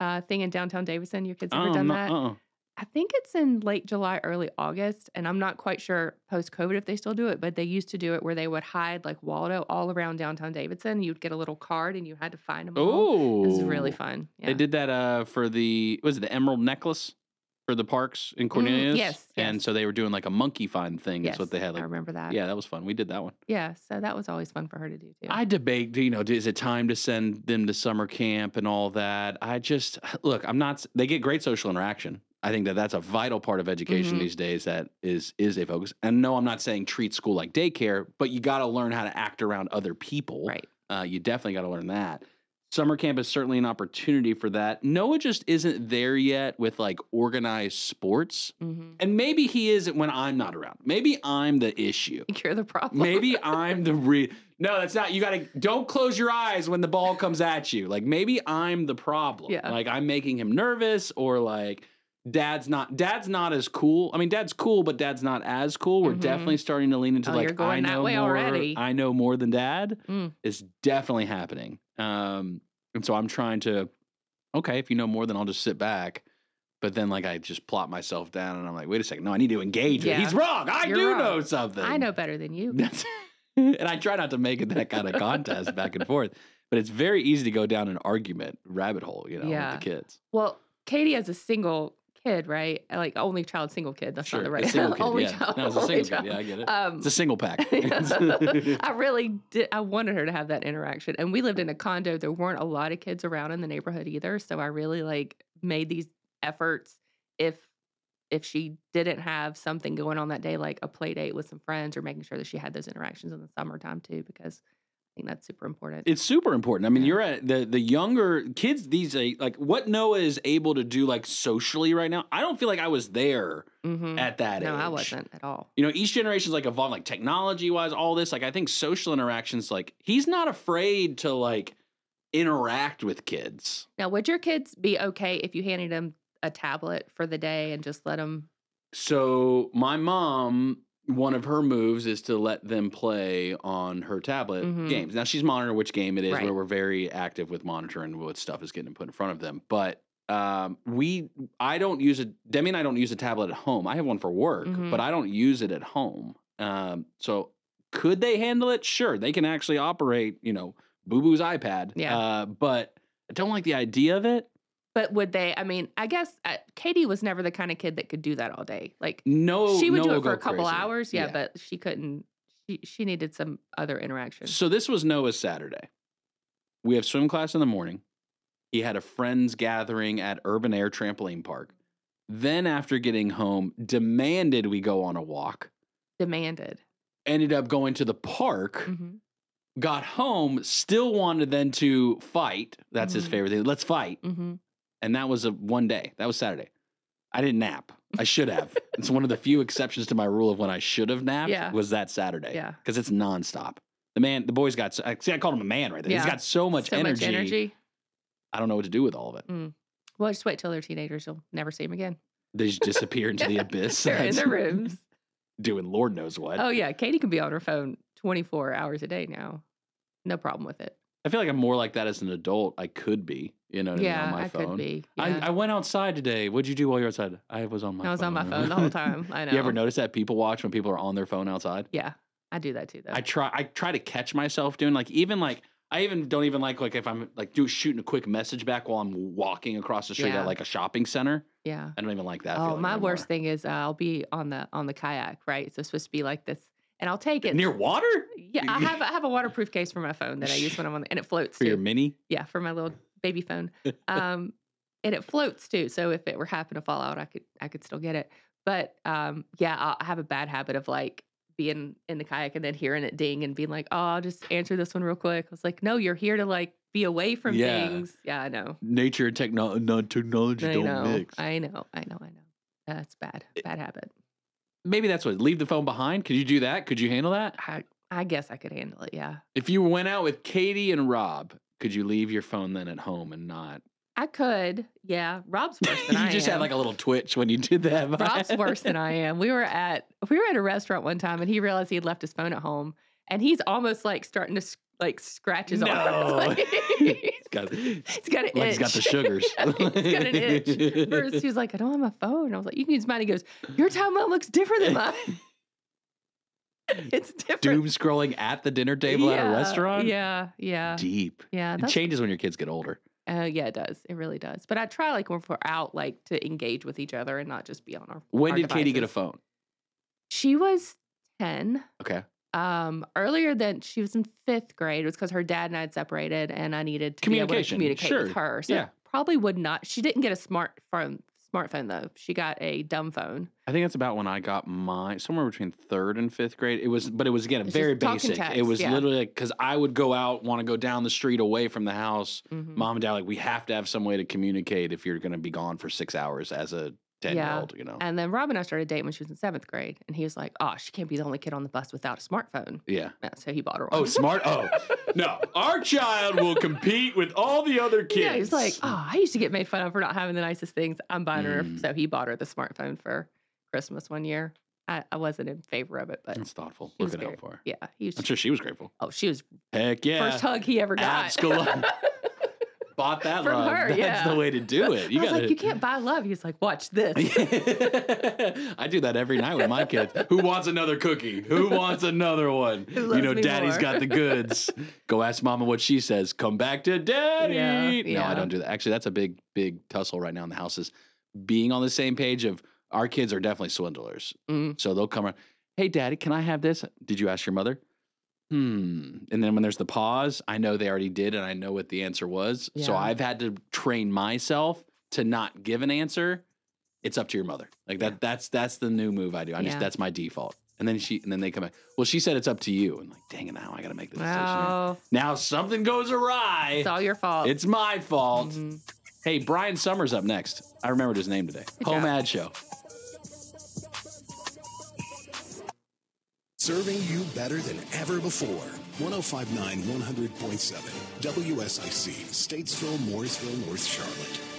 C: uh, thing in downtown Davidson. Your kids ever
B: Oh,
C: done
B: no,
C: that?
B: uh-uh.
C: I think it's in late July, early August, and I'm not quite sure post COVID if they still do it, but they used to do it where they would hide like Waldo all around downtown Davidson. You'd get a little card and you had to find them.
B: Oh,
C: it was really fun. Yeah.
B: They did that uh, for the was it the Emerald Necklace for the parks in Cornelius?
C: Mm, yes,
B: And so they were doing like a monkey find thing.
C: Yes,
B: is what they had. Like,
C: I remember that.
B: Yeah, that was fun. We did that one.
C: Yeah, so that was always fun for her to do too.
B: I debate, you know, is it time to send them to summer camp and all that? I just look, I'm not. They get great social interaction. I think that that's a vital part of
M: Mhm.
B: education
C: Mm-hmm.
B: these days. That is is a focus. And no, I'm not saying treat school like daycare, but you got to learn how to act around other people. Right. Uh, you definitely got to learn that. Summer camp is certainly an opportunity for that. Noah just isn't there yet with like organized sports.
C: Mm-hmm.
B: And maybe he isn't when I'm not around. Maybe I'm the issue.
C: You're the problem.
B: Maybe I'm the re. No, that's not. You gotta don't close your eyes when the ball comes at you. Like maybe I'm the problem.
M: Yeah.
B: Like I'm making him nervous, or like dad's not dad's not as cool. I mean, dad's cool, but dad's not as cool. We're
M: Mhm.
B: definitely starting to lean into
M: Oh,
B: like
M: you're going
B: I
M: that
B: know
M: way
B: more.
M: already.
B: I know more than dad.
C: Mm.
B: It's definitely happening. Um, and so I'm trying to. Okay, if you know more, then I'll just sit back. But then, like, I just plop myself down, and I'm like, wait a second, no, I need to engage.
C: Yeah.
B: Yeah. He's wrong. I
C: You're
B: do
C: wrong.
B: know something
C: I know better than you.
B: and I try not to make it that kind of contest back and forth, but it's very easy to go down an argument rabbit hole, you know,
C: Yeah.
B: with the kids.
C: Well, Katie has a single kid, right? Like only child, single kid. That's not the
B: a
C: right
B: single kid,
C: only
B: yeah.
C: child.
B: No, it's a
C: only
B: single kid. Yeah, I get it.
C: Um,
B: it's a single pack.
C: I really did. I wanted her to have that interaction, and we lived in a condo. There weren't a lot of kids around in the neighborhood either, so I really like made these efforts. If if she didn't have something going on that day, like a play date with some friends, or making sure that she had those interactions in the summertime too, because I think that's super important.
B: It's super important. I mean, you're at the the younger kids these days, like what Noah is able to do like socially right now. I don't feel like I was there
C: Mhm.
B: at that
C: no, I
B: age.
C: wasn't at all.
B: you know each generation's like evolved like technology wise all this like i think social interactions like he's not afraid to like interact with kids
C: Now, would your kids be okay if you handed them a tablet for the day and just let them?
B: so my mom one of her moves is to let them play on her tablet
M: Mhm.
B: games now she's monitoring which game it is
M: Right.
B: where we're very active with monitoring what stuff is getting put in front of them but um, we i don't use a demi and i don't use a tablet at home i have one for work
M: Mhm.
B: but i don't use it at home um, so could they handle it sure they can actually operate you know boo boo's ipad
C: Yeah.
B: uh, but i don't like the idea of it
C: But would they? I mean, I guess uh, Katie was never the kind of kid that could do that all day. Like
B: no
C: she would
B: no
C: do
B: will
C: it for
B: go
C: a couple
B: crazy.
C: hours, yeah, but she couldn't. She she needed some other interaction.
B: So this was Noah's Saturday. We have swim class in the morning. He had a friends gathering at Urban Air Trampoline Park. Then after getting home, demanded we go on a walk.
C: Demanded.
B: Ended up going to the park.
C: Mm-hmm.
B: Got home, still wanted then to fight. That's his
M: Mhm.
B: favorite thing. Let's fight.
C: Mm-hmm.
B: And that was a one day. That was Saturday. I didn't nap. I should have. it's one of the few exceptions to my rule of when I should have napped
M: Yeah.
B: was that Saturday.
M: Yeah.
B: Because it's nonstop. The man, the boy's got, so- I- see, I called him a man right there. He's
C: Yeah.
B: got so much,
C: so
B: energy,
C: much energy.
B: I don't know what to do with all of it.
C: Mm. Well, just wait till they're teenagers. You'll never see them again.
B: They just disappear into the abyss.
C: They're in
B: That's
C: their rooms.
B: Doing Lord knows what.
C: Oh yeah, Katie can be on her phone twenty four hours a day now. No problem with it.
B: I feel like I'm more like that as an adult. I could be, you know what I
C: Yeah,
B: mean, on my
C: I could
B: phone.
C: be,
B: I, I went outside today. What'd you do while you were outside? I was on my
C: I was on my phone the whole time. I know.
B: You ever notice that people watch when people are on their phone outside?
C: Yeah, I do that too though.
B: I try I try to catch myself doing like even like I even don't even like like if I'm like do shooting a quick message back while I'm walking across the street
C: Yeah.
B: at like a shopping center.
C: yeah.
B: I don't even like that.
C: Oh,
B: feeling
C: my
B: anymore.
C: worst thing is uh, I'll be on the on the kayak, right? It's supposed to be like this, and I'll take it
B: Near water?
C: Yeah, I have I have a waterproof case for my phone that I use when I'm on, the, and it floats
B: for
C: too.
B: your mini.
C: yeah, for my little baby phone, um, and it floats too. So if it were happen to fall out, I could I could still get it. But um, yeah, I- I have a bad habit of like being in the kayak and then hearing it ding and being like, oh, I'll just answer this one real quick. I was like, no, you're here to like be away from
B: Yeah.
C: things. Yeah, I know.
B: Nature and techno- non technology
C: I
B: don't
C: know.
B: mix.
C: I know. I know. I know. That's bad. Bad habit.
B: maybe that's what leave the phone behind. Could you do that? Could you handle that?
C: I, I guess I could handle it. Yeah.
B: If you went out with Katie and Rob, could you leave your phone then at home and not?
C: I could. Yeah. Rob's worse than
B: you
C: I
B: just
C: am.
B: had like a little twitch when you did that. Maya.
C: Rob's worse than I am. We were at we were at a restaurant one time and he realized he had left his phone at home and he's almost like starting to s- like scratch his
B: No.
C: arm. Like,
B: Got-
C: he's got an
B: like he's got
C: itch.
B: the sugars.
C: Yeah, he's got an itch. First he was like, I don't have my phone. I was like, you can use mine. He goes, Your timeline looks different than mine. it's different.
B: Doom scrolling at the dinner table at a
C: Yeah,
B: restaurant.
C: Yeah. Yeah.
B: Deep.
C: Yeah.
B: It
C: That's,
B: changes when your kids get older.
C: uh, yeah, it does. It really does. But I try like when we're out, like to engage with each other and not just be on our
B: When
C: our
B: did Katie get a
C: devices.
B: phone?
C: She was 10.
B: Okay.
C: Um, earlier than she was in fifth grade, it was because her dad and I had separated and I needed to be able to
B: Communication,
C: communicate
B: sure,
C: with her. So
B: yeah.
C: probably would not she didn't get a smartphone smartphone though. She got a dumb phone.
B: I think that's about when I got mine, somewhere between third and fifth grade. It was, but it was again
C: It's
B: very
C: just talk and
B: basic. it
C: text,
B: was
C: yeah.
B: literally because I would go out, want to go down the street away from the house.
C: Mhm.
B: Mom and dad like, we have to have some way to communicate if you're going to be gone for six hours as a ten year old. You know,
C: And then Rob and I started dating when she was in seventh grade and he was like, Oh, she can't be the only kid on the bus without a smartphone.
B: yeah.
C: Yeah, So he bought her one.
B: Oh, smart. Oh, no. Our child will compete with all the other kids. Mm.
C: Yeah, he's like, oh, I used to get made fun of for not having the nicest things. I'm buying her. So he bought her the smartphone for Christmas one year. I, I wasn't in favor of it, but
B: That's thoughtful.
C: he was
B: Looking out
C: very-
B: for her.
C: Yeah, he was
B: I'm sure she was grateful.
C: Oh, she was
B: Heck yeah.
C: first hug he ever got.
B: Absalom. Bought that
C: From
B: love.
C: her,
B: That's
C: yeah.
B: the way to do it. You
C: I was
B: got
C: like, you can't buy love. He's like, watch this.
B: I do that every night with my kids. Who wants another cookie? Who wants another one?
C: Who
B: You
C: loves
B: know,
C: me
B: daddy's
C: more?
B: got the goods. Go ask mama what she says. Come back to daddy.
C: Yeah,
B: No, I
C: yeah.
B: don't do that. Actually, that's a big, big tussle right now in the house is being on the same page of our kids are definitely swindlers.
C: Mm.
B: So they'll come around, hey, daddy, can I have this? Did you ask your mother? Hmm. And then when there's the pause, I know they already did and I know what the answer was. So
C: Yeah.
B: I've had to train myself to not give an answer it's up to your mother. Like that. That's that's the new move I do. I just
C: Yeah.
B: that's my default. And then she and then they come back. Well, she said it's up to you. And like, dang it, now I got to make the decision.
C: Wow.
B: Now something goes awry.
C: It's all your fault. Mm-hmm.
B: It's my fault. Hey, Brian Summers up next. I remembered his name today. Home ad show.
G: Serving you better than ever before. 1059 100.7 WSIC, Statesville, Mooresville, North Charlotte.